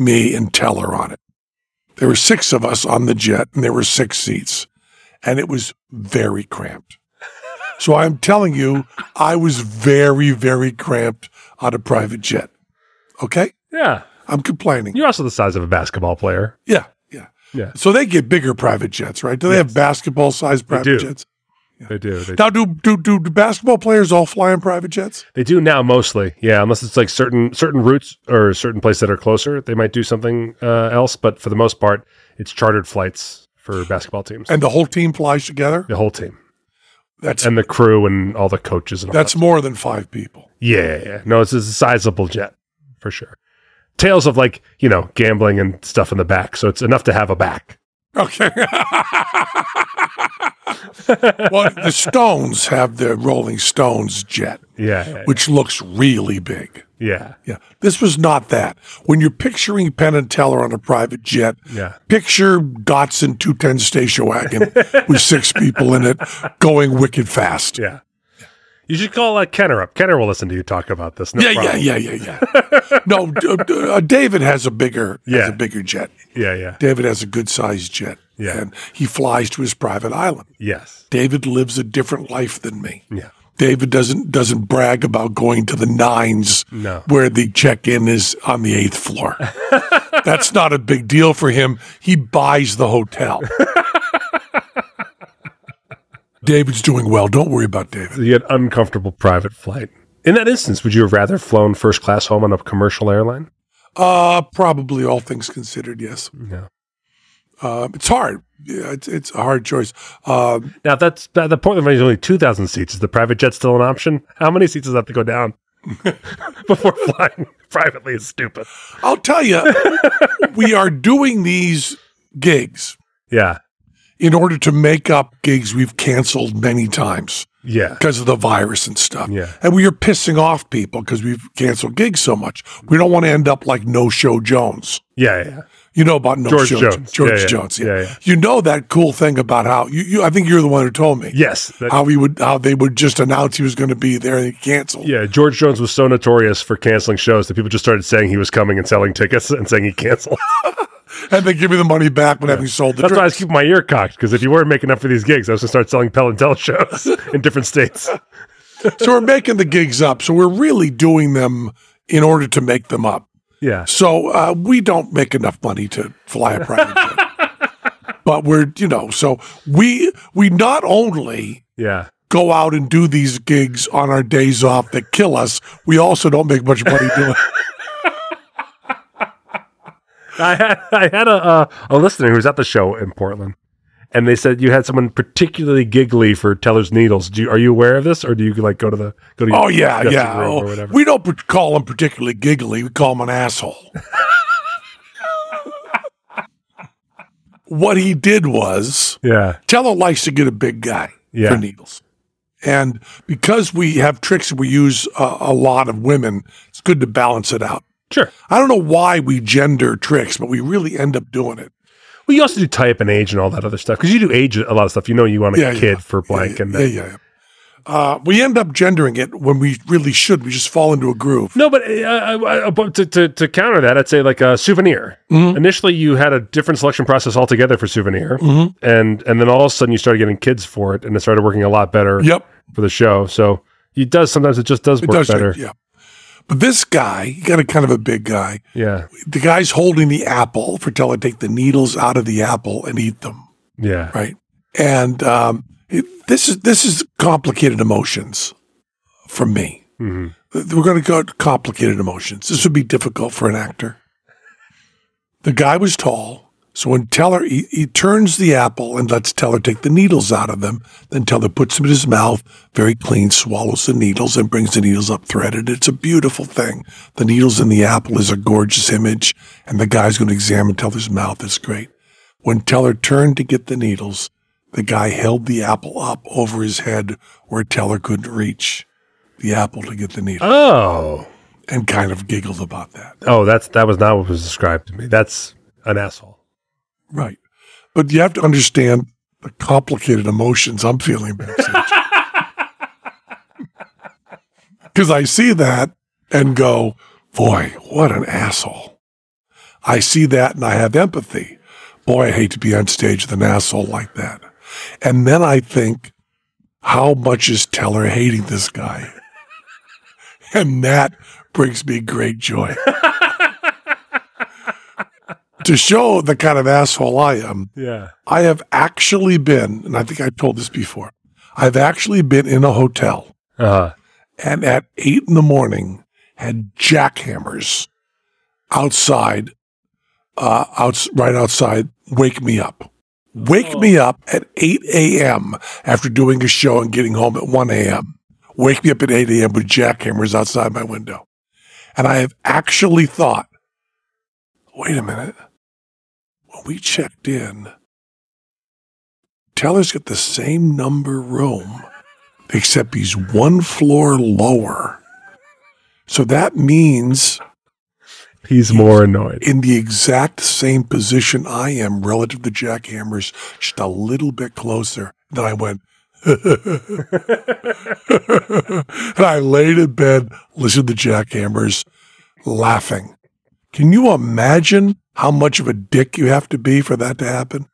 Speaker 1: me, and Teller on it. There were six of us on the jet, and there were six seats, and it was very cramped. So I'm telling you, I was very, very cramped on a private jet. Okay?
Speaker 2: Yeah.
Speaker 1: I'm complaining.
Speaker 2: You're also the size of a basketball player.
Speaker 1: Yeah, yeah,
Speaker 2: Yeah.
Speaker 1: So they get bigger private jets, right? Do they have basketball sized private
Speaker 2: do.
Speaker 1: jets?
Speaker 2: They do. They,
Speaker 1: Now, do, do do do basketball players all fly in private jets?
Speaker 2: they do now mostly. Yeah, unless it's like certain certain routes or certain places that are closer, they might do something uh, else. But for the most part, it's chartered flights for basketball teams.
Speaker 1: And the whole team flies together?
Speaker 2: the whole team
Speaker 1: That's
Speaker 2: and the crew and all the coaches and all
Speaker 1: that's more than five people.
Speaker 2: Yeah, yeah, yeah. No, it's a sizable jet for sure. Tales of like, you know, gambling and stuff in the back. So it's enough to have a back.
Speaker 1: Okay. well, the Stones have the Rolling Stones jet,
Speaker 2: Yeah.
Speaker 1: which looks really big.
Speaker 2: Yeah.
Speaker 1: Yeah. This was not that. When you're picturing Penn and Teller on a private jet,
Speaker 2: Yeah.
Speaker 1: picture Datsun 210 station wagon with six people in it going wicked fast.
Speaker 2: Yeah. You should call uh, Kenner up. Kenner will listen to you talk about this. No
Speaker 1: Yeah, yeah,
Speaker 2: problem.
Speaker 1: yeah, yeah, yeah. no, d- d- uh, David has a bigger has
Speaker 2: Yeah.
Speaker 1: a bigger jet.
Speaker 2: yeah. Yeah.
Speaker 1: David has a good sized jet.
Speaker 2: Yeah.
Speaker 1: And he flies to his private island.
Speaker 2: Yes.
Speaker 1: David lives a different life than me.
Speaker 2: Yeah.
Speaker 1: David doesn't doesn't brag about going to the nines
Speaker 2: No.
Speaker 1: where the check in is on the eighth floor. That's not a big deal for him. He buys the hotel. David's doing well. Don't worry about David.
Speaker 2: You had uncomfortable private flight. In that instance, would you have rather flown first class home on a commercial airline?
Speaker 1: Uh, probably all things considered, yes.
Speaker 2: No.
Speaker 1: Uh, it's hard. Yeah, it's, it's a hard choice. Uh,
Speaker 2: Now that's that, the Portland Valley is only two thousand seats. Is the private jet still an option? How many seats does that have to go down before flying privately is stupid?
Speaker 1: I'll tell you, we are doing these gigs
Speaker 2: Yeah,
Speaker 1: in order to make up gigs we've canceled many times
Speaker 2: yeah,
Speaker 1: because of the virus and stuff.
Speaker 2: Yeah.
Speaker 1: And we are pissing off people because we've canceled gigs so much. We don't want to end up like No Show Jones.
Speaker 2: yeah, yeah.
Speaker 1: You know about No
Speaker 2: George
Speaker 1: Show
Speaker 2: Jones.
Speaker 1: George
Speaker 2: Yeah, yeah.
Speaker 1: Jones.
Speaker 2: Yeah, yeah.
Speaker 1: You know that cool thing about how you, you I think you're the one who told me.
Speaker 2: Yes, that-
Speaker 1: How he would how they would just announce he was going to be there and he canceled.
Speaker 2: yeah. George Jones was so notorious for canceling shows that people just started saying he was coming and selling tickets and saying he canceled.
Speaker 1: And they give you the money back when having sold the
Speaker 2: That's why I was
Speaker 1: drinks.
Speaker 2: keeping my ear cocked because if you weren't making up for these gigs, I was going to start selling Pelotel shows in different states.
Speaker 1: so we're making the gigs up. So we're really doing them in order to make them up.
Speaker 2: Yeah,
Speaker 1: So uh, we don't make enough money to fly a private jet, but we're you know so we we not only
Speaker 2: yeah.
Speaker 1: go out and do these gigs on our days off that kill us, we also don't make much money doing. it.
Speaker 2: I had I had a uh, a listener who was at the show in Portland, and they said you had someone particularly giggly for Teller's Needles. Do you, are you aware of this, or do you like go to the go to? your
Speaker 1: Oh yeah,
Speaker 2: dressing
Speaker 1: yeah.
Speaker 2: room
Speaker 1: Oh,
Speaker 2: or whatever.
Speaker 1: we don't pr- call him particularly giggly. We call him an asshole. what he did was.
Speaker 2: yeah,
Speaker 1: Teller likes to get a big guy
Speaker 2: Yeah.
Speaker 1: for needles. And because we have tricks we use uh, a lot of women, it's good to balance it out.
Speaker 2: sure.
Speaker 1: I don't know why we gender tricks, but we really end up doing it.
Speaker 2: Well, you also do type and age and all that other stuff because you do age a lot of stuff. You know, you want a
Speaker 1: Yeah,
Speaker 2: kid
Speaker 1: yeah.
Speaker 2: for blank
Speaker 1: yeah,
Speaker 2: and
Speaker 1: yeah,
Speaker 2: then,
Speaker 1: yeah. yeah. Uh, we end up gendering it when we really should. We just fall into a groove.
Speaker 2: no, but, uh, uh, but to, to to counter that, I'd say like a souvenir.
Speaker 1: Mm-hmm.
Speaker 2: Initially, you had a different selection process altogether for souvenir,
Speaker 1: Mm-hmm.
Speaker 2: and and then all of a sudden you started getting kids for it, and it started working a lot better
Speaker 1: Yep,
Speaker 2: for the show. So. It does sometimes it just does
Speaker 1: it
Speaker 2: work
Speaker 1: does.
Speaker 2: better.
Speaker 1: Yeah, but this guy, he got a kind of a big guy.
Speaker 2: Yeah.
Speaker 1: The guy's holding the apple for Teller to take the needles out of the apple and eat them.
Speaker 2: Yeah.
Speaker 1: right? And um, it, this is this is complicated emotions from me.
Speaker 2: Mhm.
Speaker 1: We're going to go to complicated emotions. This would be difficult for an actor. The guy was tall, so when Teller he, he turns the apple and lets Teller take the needles out of them, then Teller puts them in his mouth, very clean, swallows the needles and brings the needles up threaded. It's a beautiful thing. The needles in the apple is a gorgeous image, and the guy's going to examine Teller's mouth. It's great. When Teller turned to get the needles, the guy held the apple up over his head where Teller couldn't reach the apple to get the needle
Speaker 2: Oh.
Speaker 1: and kind of giggled about that.
Speaker 2: Oh, that's that was not what was described to me. That's an asshole.
Speaker 1: Right. But you have to understand the complicated emotions I'm feeling backstage. Because I see that and go, boy, what an asshole. I see that and I have empathy. Boy, I hate to be on stage with an asshole like that. And then I think, how much is Teller hating this guy? and that brings me great joy. to show the kind of asshole I am,
Speaker 2: Yeah.
Speaker 1: I have actually been, and I think I told this before, I've actually been in a hotel
Speaker 2: Uh,
Speaker 1: and at eight in the morning had jackhammers outside, uh, outs- right outside, wake me up. Wake me up at 8 a.m. after doing a show and getting home at 1 a.m. Wake me up at 8 a.m. with jackhammers outside my window. And I have actually thought, wait a minute. When we checked in, Teller's got the same number room except he's one floor lower. So that means
Speaker 2: he's more annoyed.
Speaker 1: in the exact same position I am relative to jackhammers, just a little bit closer. Then I went, and I laid in bed, listened to jackhammers, laughing. Can you imagine how much of a dick you have to be for that to happen?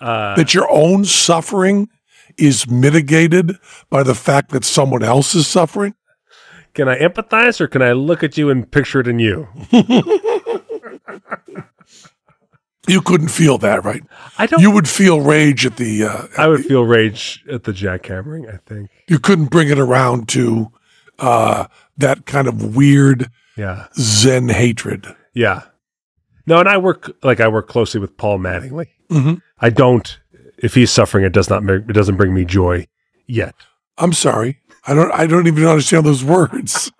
Speaker 2: Uh,
Speaker 1: that your own suffering is mitigated by the fact that someone else is suffering?
Speaker 2: can I empathize or can I look at you and picture it in you?
Speaker 1: You couldn't feel that, right?
Speaker 2: I don't.
Speaker 1: You would feel rage at the. Uh,
Speaker 2: I would feel rage at the jackhammering. I think.
Speaker 1: you couldn't bring it around to uh, that kind of weird
Speaker 2: Yeah.
Speaker 1: Zen hatred.
Speaker 2: Yeah. No, and I work like I work closely with Paul Mattingly.
Speaker 1: Mhm.
Speaker 2: I don't. If he's suffering, it does not. ma- It doesn't bring me joy yet.
Speaker 1: I'm sorry, I don't. I don't even understand those words.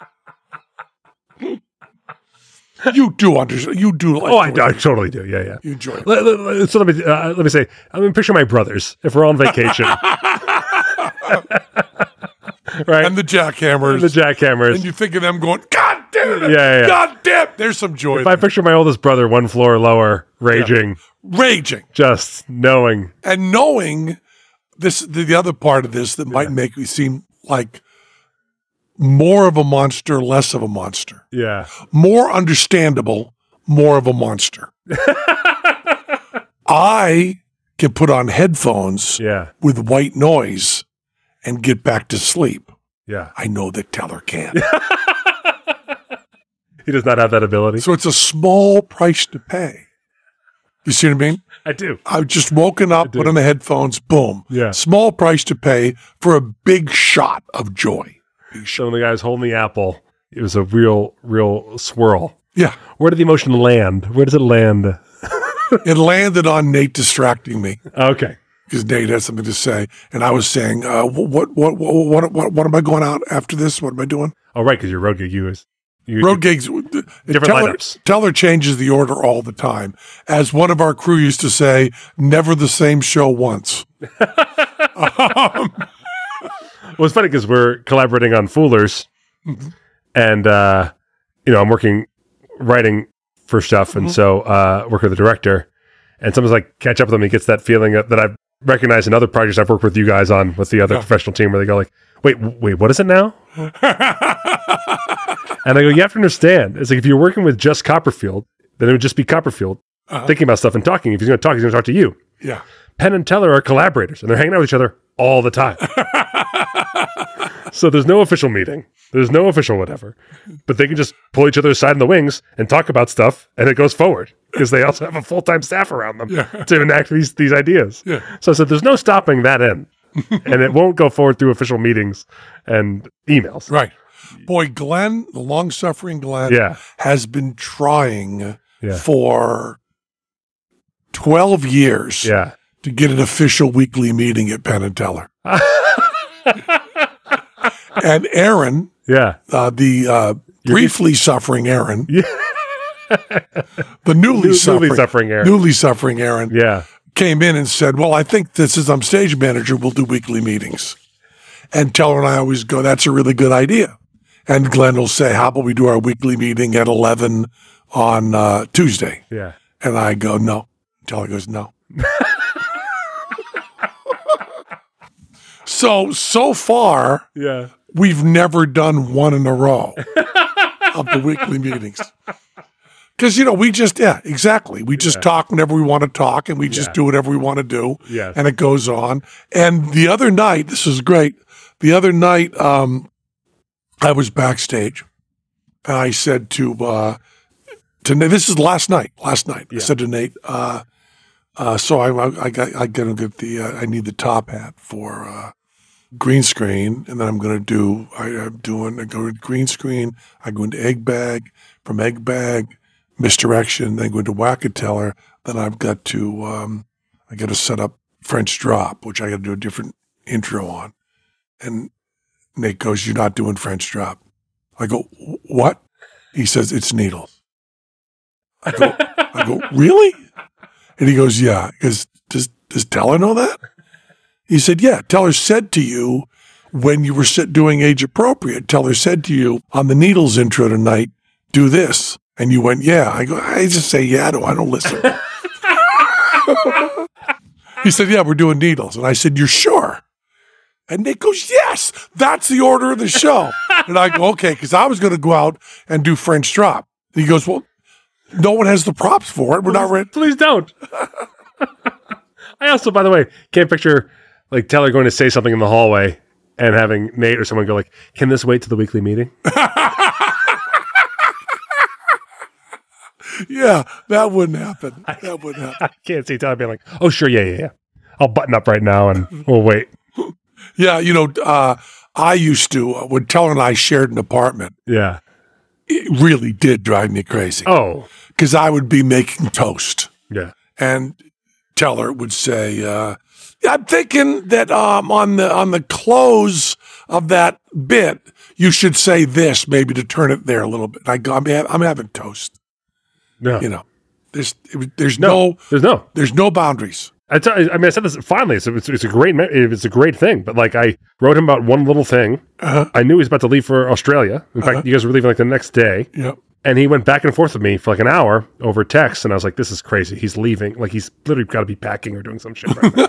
Speaker 1: you do understand. You do like.
Speaker 2: Oh, I, I totally do. Yeah, yeah.
Speaker 1: You enjoy it.
Speaker 2: Let- let- let- so let me uh, let me say. I mean, picture my brothers if we're on vacation, right?
Speaker 1: and the
Speaker 2: And the
Speaker 1: jackhammers.
Speaker 2: jackhammers.
Speaker 1: And you think of them going, God damn it!
Speaker 2: Yeah, yeah, yeah.
Speaker 1: God damn! There's some joy.
Speaker 2: if I picture my oldest brother one floor lower, raging,
Speaker 1: Raging.
Speaker 2: just knowing.
Speaker 1: and knowing this the, the other part of this that might make me seem like more of a monster less of a monster
Speaker 2: Yeah.
Speaker 1: more understandable more of a monster i can put on headphones
Speaker 2: Yeah.
Speaker 1: with white noise and get back to sleep
Speaker 2: Yeah.
Speaker 1: i know that teller can
Speaker 2: He does not have that ability.
Speaker 1: so it's a small price to pay you see what i mean
Speaker 2: I do.
Speaker 1: I've just woken up,
Speaker 2: do.
Speaker 1: put on the headphones, boom.
Speaker 2: Yeah.
Speaker 1: Small price to pay for a big shot of joy. Big shot.
Speaker 2: So when the guy was holding the apple, it was a real, real swirl.
Speaker 1: Yeah.
Speaker 2: Where did the emotion land? Where does it land?
Speaker 1: it landed on Nate distracting me
Speaker 2: Okay.
Speaker 1: because Nate had something to say. And I was saying, uh, wh- what, what, what, what, what, what am I going out after this? What am I doing?
Speaker 2: All Oh, right, because your road gig you is you,
Speaker 1: Road gigs. Different teller,
Speaker 2: lineups.
Speaker 1: teller changes the order all the time. As one of our crew used to say, never the same show once.
Speaker 2: Well, it's funny because we're collaborating on Foolers, and uh, you know I'm working writing for stuff, and so uh, work with the director, and sometimes I catch up with him. He gets that feeling that, that I've recognized in other projects I've worked with you guys on with the other professional team, where they go like, "Wait, w- wait, what is it now?" and I go, "You have to understand. It's like if you're working with just Copperfield, then it would just be Copperfield thinking about stuff and talking. If he's going to talk, he's going to talk to you."
Speaker 1: Yeah.
Speaker 2: Penn and Teller are collaborators and they're hanging out with each other all the time. so there's no official meeting. There's no official whatever. But they can just pull each other aside in the wings and talk about stuff and it goes forward because they also have a full time staff around them to enact these, these ideas.
Speaker 1: Yeah.
Speaker 2: So I said, there's no stopping that end. and it won't go forward through official meetings and emails.
Speaker 1: Right. Boy, Glenn, the long suffering Glenn,
Speaker 2: Yeah.
Speaker 1: has been trying
Speaker 2: Yeah.
Speaker 1: for 12 years
Speaker 2: Yeah.
Speaker 1: to get an official weekly meeting at Penn and Teller. and Aaron,
Speaker 2: Yeah.
Speaker 1: uh, the uh, briefly suffering Aaron,
Speaker 2: Yeah.
Speaker 1: the newly,
Speaker 2: Newly
Speaker 1: suffering,
Speaker 2: suffering Aaron.
Speaker 1: newly suffering Aaron,
Speaker 2: Yeah.
Speaker 1: came in and said, Well, I think this is I'm stage manager. We'll do weekly meetings. And Teller and I always go, That's a really good idea. And Glenn will say, How about we do our weekly meeting at 11 on uh, Tuesday?
Speaker 2: Yeah.
Speaker 1: And I go, No. Teller goes, No. So, so far,
Speaker 2: Yeah.
Speaker 1: we've never done one in a row of the weekly meetings. Because, you know, we just, yeah, exactly. We just
Speaker 2: Yeah.
Speaker 1: talk whenever we want to talk and we just
Speaker 2: Yeah.
Speaker 1: do whatever we want to do.
Speaker 2: Yes.
Speaker 1: And it goes on. And the other night, this is great. The other night, um, I was backstage and I said to, uh, to Nate, this is last night, last night. I
Speaker 2: Yeah.
Speaker 1: said to Nate, uh, uh, so I, I, I got, I gotta get the, uh, I need the top hat for, uh, green screen, and then I'm going to do. I, I'm doing. I go to green screen. I go into egg bag. From egg bag, misdirection. Then go into Wackateller. Then I've got to. Um, I got to set up French drop, which I got to do a different intro on. And Nate goes, "You're not doing French drop." I go, "What?" He says, "It's needles." I go, "I go, really?" And he goes, "Yeah." Because does does Teller know that? He said, Yeah, Teller said to you when you were sit- doing age appropriate, Teller said to you on the Needles intro tonight, do this. And you went, Yeah. I go, I just say, Yeah, I don't, I don't listen. he said, Yeah, we're doing Needles. And I said, You're sure? And Nick goes, Yes, that's the order of the show. and I go, Okay, because I was going to go out and do French drop. He goes, Well, no one has the props for it. We're not ready.
Speaker 2: Please don't. I also, by the way, can't picture like Taylor going to say something in the hallway and having Nate or someone go like, "Can this wait to the weekly meeting?"
Speaker 1: Yeah, that wouldn't happen. That wouldn't happen.
Speaker 2: I can't see Taylor being like, "Oh, sure, yeah, yeah, yeah. I'll button up right now and we'll wait."
Speaker 1: Yeah, you know, uh, I used to uh, when Teller and I shared an apartment.
Speaker 2: Yeah.
Speaker 1: It really did drive me crazy
Speaker 2: Oh.
Speaker 1: because I would be making toast,
Speaker 2: Yeah.
Speaker 1: and Teller would say, uh, "I'm thinking that um, on the on the close of that bit, you should say this, maybe to turn it there a little bit." And I go, "I'm, ha- I'm having toast,"
Speaker 2: No.
Speaker 1: you know. There's it was- there's
Speaker 2: no.
Speaker 1: no
Speaker 2: There's no.
Speaker 1: there's no boundaries.
Speaker 2: I tell- I mean, I said this finally. So it's, it's a great, me- it's a great thing. But like, I wrote him about one little thing.
Speaker 1: Uh-huh.
Speaker 2: I knew he was about to leave for Australia. In fact, you guys were leaving like the next day,
Speaker 1: Yeah,
Speaker 2: and he went back and forth with me for like an hour over text. And I was like, "This is crazy. He's leaving. Like, he's literally got to be packing or doing some shit right now.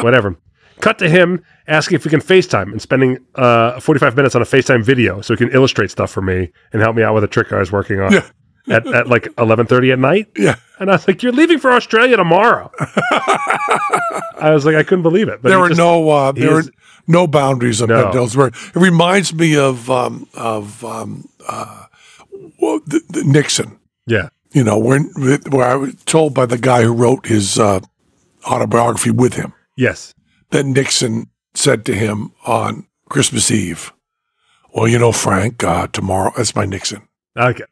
Speaker 2: Whatever." Cut to him asking if we can FaceTime and spending uh, 45 minutes on a FaceTime video so he can illustrate stuff for me and help me out with a trick I was working on
Speaker 1: Yeah.
Speaker 2: at, at like 11.30 at night.
Speaker 1: yeah.
Speaker 2: And I was like, "You're leaving for Australia tomorrow." I was like, I couldn't believe it. But
Speaker 1: there
Speaker 2: it
Speaker 1: were
Speaker 2: just-
Speaker 1: no uh, there were
Speaker 2: is-
Speaker 1: no boundaries on
Speaker 2: No.
Speaker 1: Pendel's work. It reminds me of um, of um, uh, well, the, the Nixon.
Speaker 2: Yeah,
Speaker 1: You know, when where I was told by the guy who wrote his uh, autobiography with him
Speaker 2: yes,
Speaker 1: that Nixon said to him on Christmas Eve, "Well, you know, Frank, uh, tomorrow that's my Nixon.
Speaker 2: okay.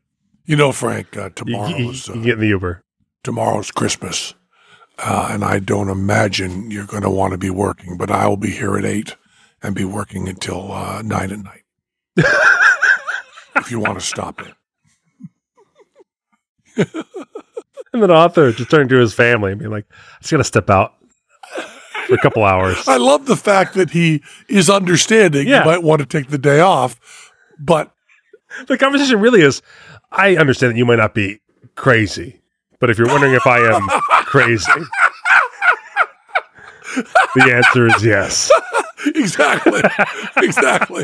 Speaker 1: You know, Frank, uh,
Speaker 2: You, you- you-
Speaker 1: tomorrow's
Speaker 2: you
Speaker 1: uh,
Speaker 2: get in the Uber.
Speaker 1: tomorrow's Christmas, uh, and I don't imagine you're going to want to be working, but I will be here at eight and be working until uh, nine at night. if you want to stop it,
Speaker 2: And then the author just turning to his family and being like, "I just gotta step out for a couple hours."
Speaker 1: I love the fact that he is understanding.
Speaker 2: Yeah.
Speaker 1: You might want to take the day off, but
Speaker 2: the conversation really is. I understand that you might not be crazy, but if you're wondering if I am crazy, the answer is yes.
Speaker 1: exactly, exactly,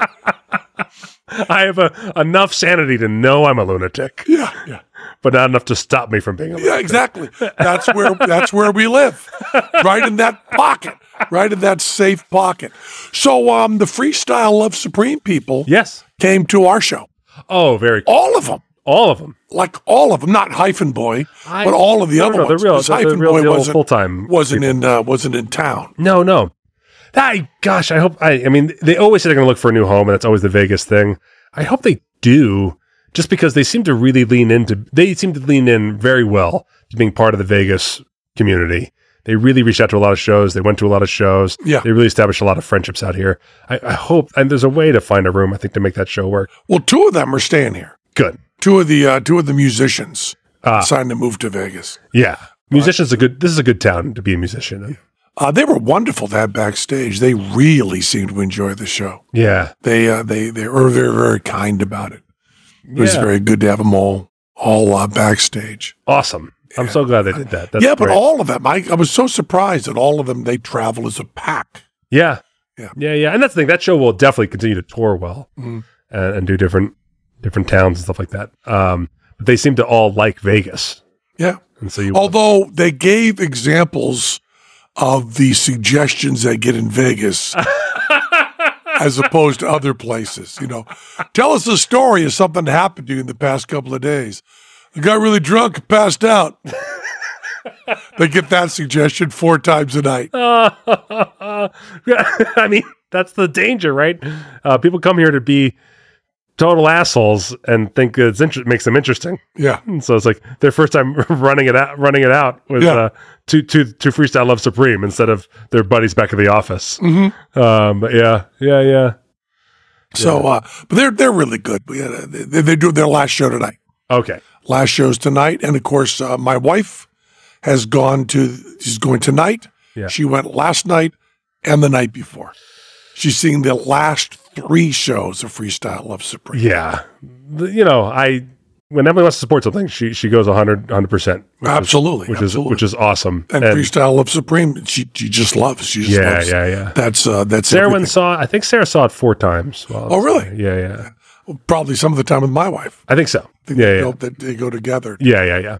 Speaker 2: I have a, enough sanity to know I'm a lunatic,
Speaker 1: yeah, yeah,
Speaker 2: but not enough to stop me from being a
Speaker 1: yeah,
Speaker 2: lunatic.
Speaker 1: exactly. That's where that's where we live, right in that pocket, right in that safe pocket. So, um, the freestyle love supreme people
Speaker 2: Yes.
Speaker 1: came to our show.
Speaker 2: Oh, very cool.
Speaker 1: all of them,
Speaker 2: All of them.
Speaker 1: like all of them, not hyphen boy,
Speaker 2: I-
Speaker 1: but all of the
Speaker 2: No,
Speaker 1: other
Speaker 2: no,
Speaker 1: ones.
Speaker 2: the real,
Speaker 1: 'cause
Speaker 2: the, the
Speaker 1: hyphen
Speaker 2: real
Speaker 1: boy
Speaker 2: deal
Speaker 1: wasn't
Speaker 2: full time.
Speaker 1: wasn't in uh, wasn't in town.
Speaker 2: No, no. I gosh, I hope. I, I mean, they always say they're going to look for a new home, and that's always the Vegas thing. I hope they do, just because they seem to really lean into. They seem to lean in very well to being part of the Vegas community. They really reached out to a lot of shows. They went to a lot of shows.
Speaker 1: Yeah.
Speaker 2: they really established a lot of friendships out here. I, I hope, and there's a way to find a room. I think to make that show work.
Speaker 1: Well, two of them are staying here.
Speaker 2: Good.
Speaker 1: Two of the uh, two of the musicians
Speaker 2: Ah.
Speaker 1: signed to move to Vegas.
Speaker 2: Yeah, musicians a good. This is a good town to be a musician.
Speaker 1: Uh, they were wonderful to have backstage. They really seemed to enjoy the show.
Speaker 2: Yeah,
Speaker 1: They uh, they they were very very kind about it. It was
Speaker 2: Yeah.
Speaker 1: very good to have them all all uh, backstage.
Speaker 2: awesome. I'm so glad they did that. That's
Speaker 1: yeah, but
Speaker 2: great.
Speaker 1: all of them. I, I was so surprised that all of them they travel as a pack.
Speaker 2: yeah, Yeah, yeah, and that's the thing. That show will definitely continue to tour well
Speaker 1: Mm.
Speaker 2: and, and do different different towns and stuff like that. Um, but they seem to all like Vegas,
Speaker 1: Yeah.
Speaker 2: and so you
Speaker 1: Although they gave examples of the suggestions they get in Vegas as opposed to other places. You know, tell us a story of something that happened to you in the past couple of days. I got really drunk, and passed out. they get that suggestion four times a night.
Speaker 2: I mean, that's the danger, right? Uh, people come here to be total assholes and think it's inter- makes them interesting.
Speaker 1: Yeah.
Speaker 2: And so it's like their first time running it out, running it out was
Speaker 1: Yeah.
Speaker 2: uh, to to to freestyle love supreme instead of their buddies back at the office.
Speaker 1: Mm-hmm.
Speaker 2: Um, but yeah, yeah, yeah.
Speaker 1: So, uh, but they're they're really good. We, uh, they, they're doing their last show tonight.
Speaker 2: Okay,
Speaker 1: last shows tonight, and of course, uh, my wife has gone to. She's going tonight.
Speaker 2: Yeah.
Speaker 1: She went last night and the night before. She's seeing the last three shows of Freestyle Love Supreme.
Speaker 2: yeah. The- you know, I when Emily wants to support something, she she goes 100 percent,
Speaker 1: absolutely,
Speaker 2: which is
Speaker 1: absolutely.
Speaker 2: which is awesome.
Speaker 1: and, Freestyle Love Supreme, she she just loves. She just
Speaker 2: yeah,
Speaker 1: loves.
Speaker 2: yeah, yeah.
Speaker 1: That's uh, that's
Speaker 2: Sarah
Speaker 1: everything.
Speaker 2: went and saw. I think Sarah saw it four times. while I
Speaker 1: Oh,
Speaker 2: was
Speaker 1: really?
Speaker 2: there. Yeah, yeah.
Speaker 1: probably some of the time with my wife.
Speaker 2: I think so.
Speaker 1: I think
Speaker 2: yeah,
Speaker 1: they,
Speaker 2: yeah,
Speaker 1: go, that they go together.
Speaker 2: yeah, yeah, yeah.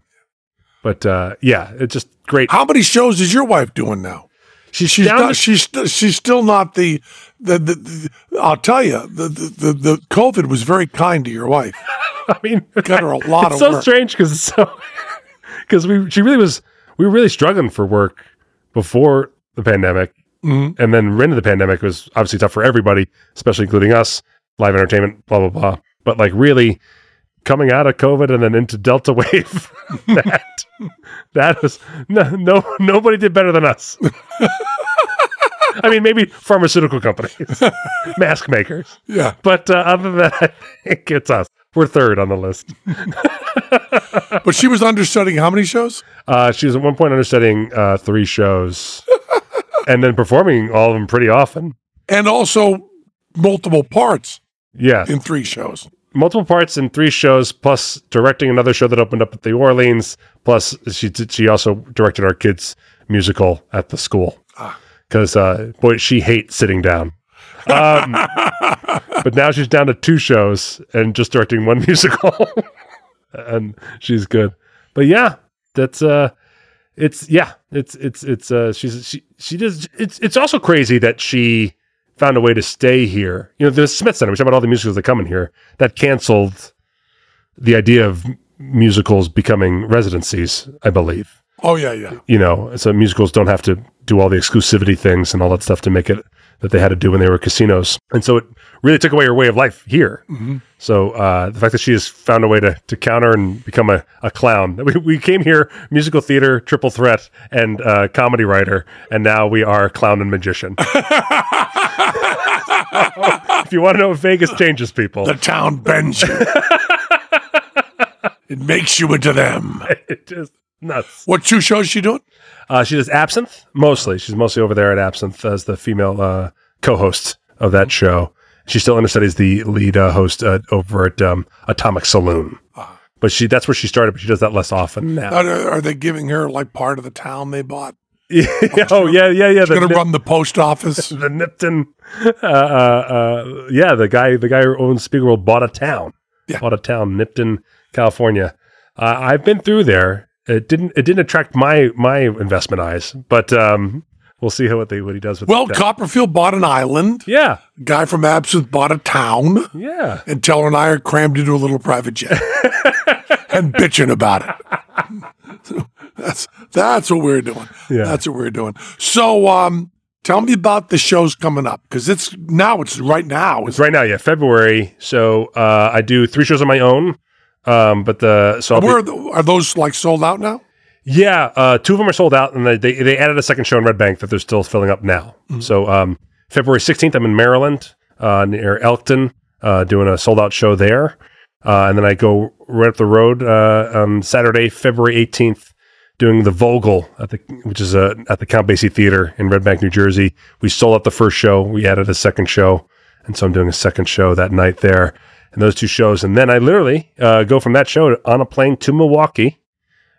Speaker 2: But uh, yeah, it's just great.
Speaker 1: How many shows is your wife doing now?
Speaker 2: She's,
Speaker 1: She's
Speaker 2: down
Speaker 1: not.
Speaker 2: to-
Speaker 1: she's st- she's still not the the, the, the I'll tell you the, the the the COVID was very kind to your wife.
Speaker 2: I mean,
Speaker 1: Got her a lot
Speaker 2: it's
Speaker 1: of
Speaker 2: so
Speaker 1: work.
Speaker 2: strange because it's so because we she really was we were really struggling for work before the pandemic
Speaker 1: Mhm.
Speaker 2: and then right into the pandemic was obviously tough for everybody especially including us live entertainment blah blah blah but like really coming out of covid and then into delta wave that that was no, no nobody did better than us i mean maybe pharmaceutical companies mask makers
Speaker 1: Yeah.
Speaker 2: but uh, other than that, I think it's us. We're third on the list.
Speaker 1: But she was understudying how many shows?
Speaker 2: Uh, she was at one point understudying uh, three shows and then performing all of them pretty often.
Speaker 1: And also multiple parts
Speaker 2: Yeah.
Speaker 1: in three shows.
Speaker 2: Multiple parts in three shows, plus directing another show that opened up at the Orleans. Plus, she did, she also directed our kids' musical at the school.
Speaker 1: Ah.
Speaker 2: Because, uh, boy, she hates sitting down. Um, but now she's down to two shows and just directing one musical and she's good but yeah that's uh it's yeah it's it's it's uh she's she she does it's it's also crazy that she found a way to stay here you know the smith center which about all the musicals that come in here that canceled the idea of m- musicals becoming residencies i believe
Speaker 1: Oh yeah, yeah.
Speaker 2: you know, so musicals don't have to do all the exclusivity things and all that stuff to make it that they had to do when they were casinos. And so it really took away her way of life here. So uh, the fact that she has found a way to, to counter and become a, a clown. We, we came here, musical theater, triple threat, and uh, comedy writer, and now we are clown and magician. if you want to know if Vegas changes people,
Speaker 1: The town bends you. it makes you into them.
Speaker 2: it is nuts.
Speaker 1: What two shows she doing?
Speaker 2: Uh, she does Absinthe mostly. She's mostly over there at Absinthe as the female uh, co-host of
Speaker 1: Mm-hmm.
Speaker 2: that show. She still understudies the lead uh, host uh, over at um, Atomic Saloon.
Speaker 1: Ah.
Speaker 2: But she that's where she started, but she does that less often now.
Speaker 1: Are, are they giving her like part of the town they bought?
Speaker 2: oh yeah, yeah, yeah. The,
Speaker 1: Going to
Speaker 2: Nip-
Speaker 1: run the post office.
Speaker 2: the Nipton, uh, uh, uh, yeah, the guy, the guy who owns World bought a town,
Speaker 1: Yeah.
Speaker 2: bought a town, Nipton, California. Uh, I've been through there. It didn't, it didn't attract my my investment eyes, but um, we'll see how what they what he does with
Speaker 1: Well,
Speaker 2: that.
Speaker 1: Copperfield bought an island.
Speaker 2: yeah,
Speaker 1: Guy from Absinthe bought a town.
Speaker 2: Yeah.
Speaker 1: and Teller and I are crammed into a little private jet and bitching about it. So that's that's what we're doing.
Speaker 2: Yeah.
Speaker 1: That's what we're doing. So um tell me about the shows coming up because it's now it's right now. It's,
Speaker 2: Right now, yeah, February. So uh, I do three shows on my own. Um, but the so I'll be-
Speaker 1: where are, the- are those like sold out now?
Speaker 2: yeah, uh, two of them are sold out, and they, they they added a second show in Red Bank that they're still filling up now. So um, February sixteenth, I'm in Maryland uh, near Elkton, uh, doing a sold out show there, uh, and then I go right up the road uh, on Saturday, February eighteenth, doing the Vogel at the which is uh, at the Count Basie Theater in Red Bank, New Jersey. We sold out the first show, we added a second show, and so I'm doing a second show that night there, and those two shows, and then I literally uh, go from that show on a plane to Milwaukee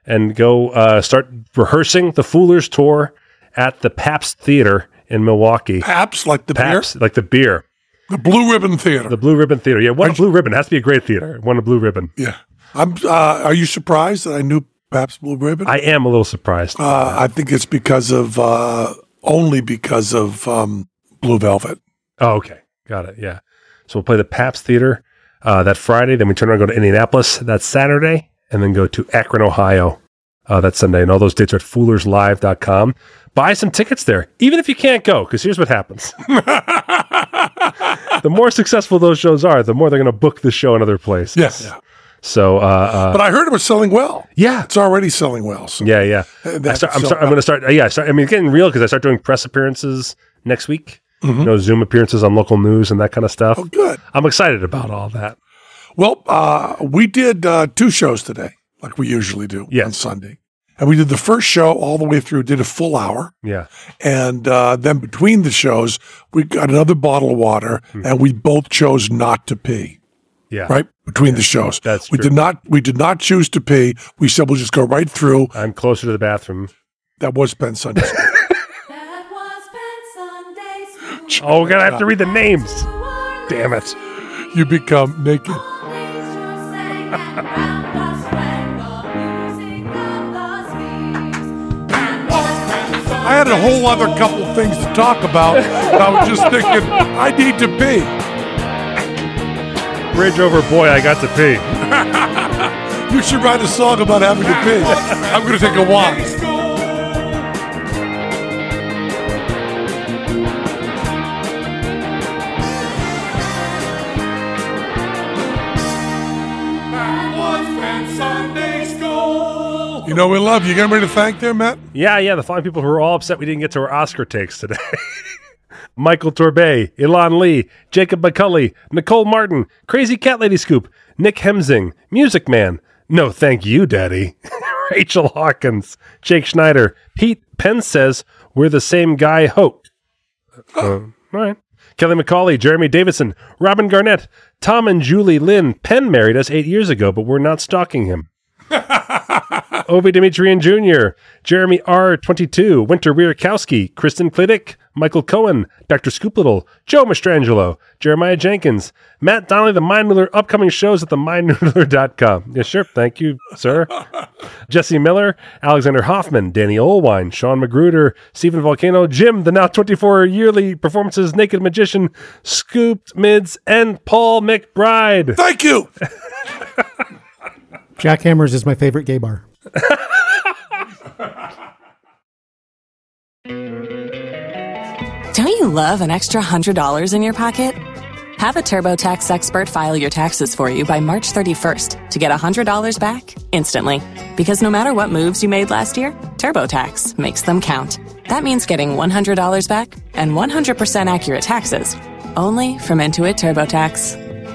Speaker 2: and go uh, start rehearsing the Foolers tour at the Pabst Theater in Milwaukee.
Speaker 1: Paps, like the beer,
Speaker 2: Paps, like the beer,
Speaker 1: the Blue Ribbon Theater.
Speaker 2: the Blue Ribbon Theater. Yeah, one Blue Ribbon has to be a great theater. One a Blue Ribbon.
Speaker 1: yeah. I'm. Uh, are you surprised that I knew Paps Blue Ribbon?
Speaker 2: I am a little surprised.
Speaker 1: uh, I think it's because of uh, only because of um, Blue Velvet.
Speaker 2: Oh, okay. Got it. Yeah. So we'll play the Paps Theater uh, that Friday. Then we turn around and go to Indianapolis that Saturday and then go to Akron, Ohio uh, that Sunday. And all those dates are at foolerslive.com. Buy some tickets there, even if you can't go, because here's what happens. the more successful those shows are, the more they're going to book the show in other places.
Speaker 1: Yes. Yeah.
Speaker 2: So, uh, uh,
Speaker 1: But I heard it was selling well.
Speaker 2: yeah.
Speaker 1: It's already selling well. So
Speaker 2: Yeah, yeah.
Speaker 1: Uh, that
Speaker 2: I start, I'm,
Speaker 1: itself-
Speaker 2: start, I'm going to start. Yeah, I start, I mean, it's getting real because I start doing press appearances next week. You know, Zoom appearances on local news and that kind of stuff.
Speaker 1: Mm-hmm. Oh, good.
Speaker 2: I'm excited about all that.
Speaker 1: Well, uh, we did uh, two shows today, like we usually do
Speaker 2: Yes.
Speaker 1: on Sunday. And we did the first show all the way through, did a full hour.
Speaker 2: Yeah.
Speaker 1: And uh, then between the shows, we got another bottle of water
Speaker 2: Hmm.
Speaker 1: and we both chose not to pee,
Speaker 2: Yeah.
Speaker 1: right? Between the shows.
Speaker 2: that's
Speaker 1: we
Speaker 2: true.
Speaker 1: did not we did not choose to pee. We said we'll just go right through.
Speaker 2: I'm closer to the bathroom.
Speaker 1: That was Penn Sunday. School.
Speaker 3: That was Penn Sunday
Speaker 2: Oh, we're going to have to read the names.
Speaker 3: Damn
Speaker 2: Damn it.
Speaker 1: you become naked. I had a whole other couple things to talk about. and I was just thinking, I need to pee.
Speaker 2: Bridge over boy, I got to pee.
Speaker 1: You should write a song about having to pee. I'm going to take a walk. You know we love you. You Getting ready to thank there, Matt?
Speaker 2: Yeah, yeah. The fine people who were all upset we didn't get to our Oscar takes today. Michael Torbay, Elon Lee, Jacob McCully, Nicole Martin, Crazy Cat Lady Scoop, Nick Hemsing, Music Man. No, thank you, Daddy. Rachel Hawkins, Jake Schneider, Pete Penn says we're the same guy. Hope. All right. Kelly McCauley, Jeremy Davidson, Robin Garnett, Tom and Julie Lynn. Penn married us eight years ago, but we're not stalking him. Ovi Dimitrian Jr., Jeremy R22, Winter Wierkowski, Kristen Klittick, Michael Cohen, Dr. Scoop Little, Joe Mastrangelo, Jeremiah Jenkins, Matt Donnelly, the Mind Noodler, upcoming shows at themindnoodler.com. Yes, sure. Thank you, sir. Jesse Miller, Alexander Hoffman, Danny Olwine, Sean Magruder, Stephen Volcano, Jim, the now 24 yearly performances, Naked Magician, Scooped Mids, and Paul McBride.
Speaker 1: Thank you.
Speaker 4: Jackhammers is my favorite gay bar.
Speaker 5: Don't you love an extra $100 in your pocket? Have a TurboTax expert file your taxes for you by March 31st to get $100 back instantly. Because no matter what moves you made last year, TurboTax makes them count. That means getting $100 back and 100% accurate taxes only from Intuit TurboTax.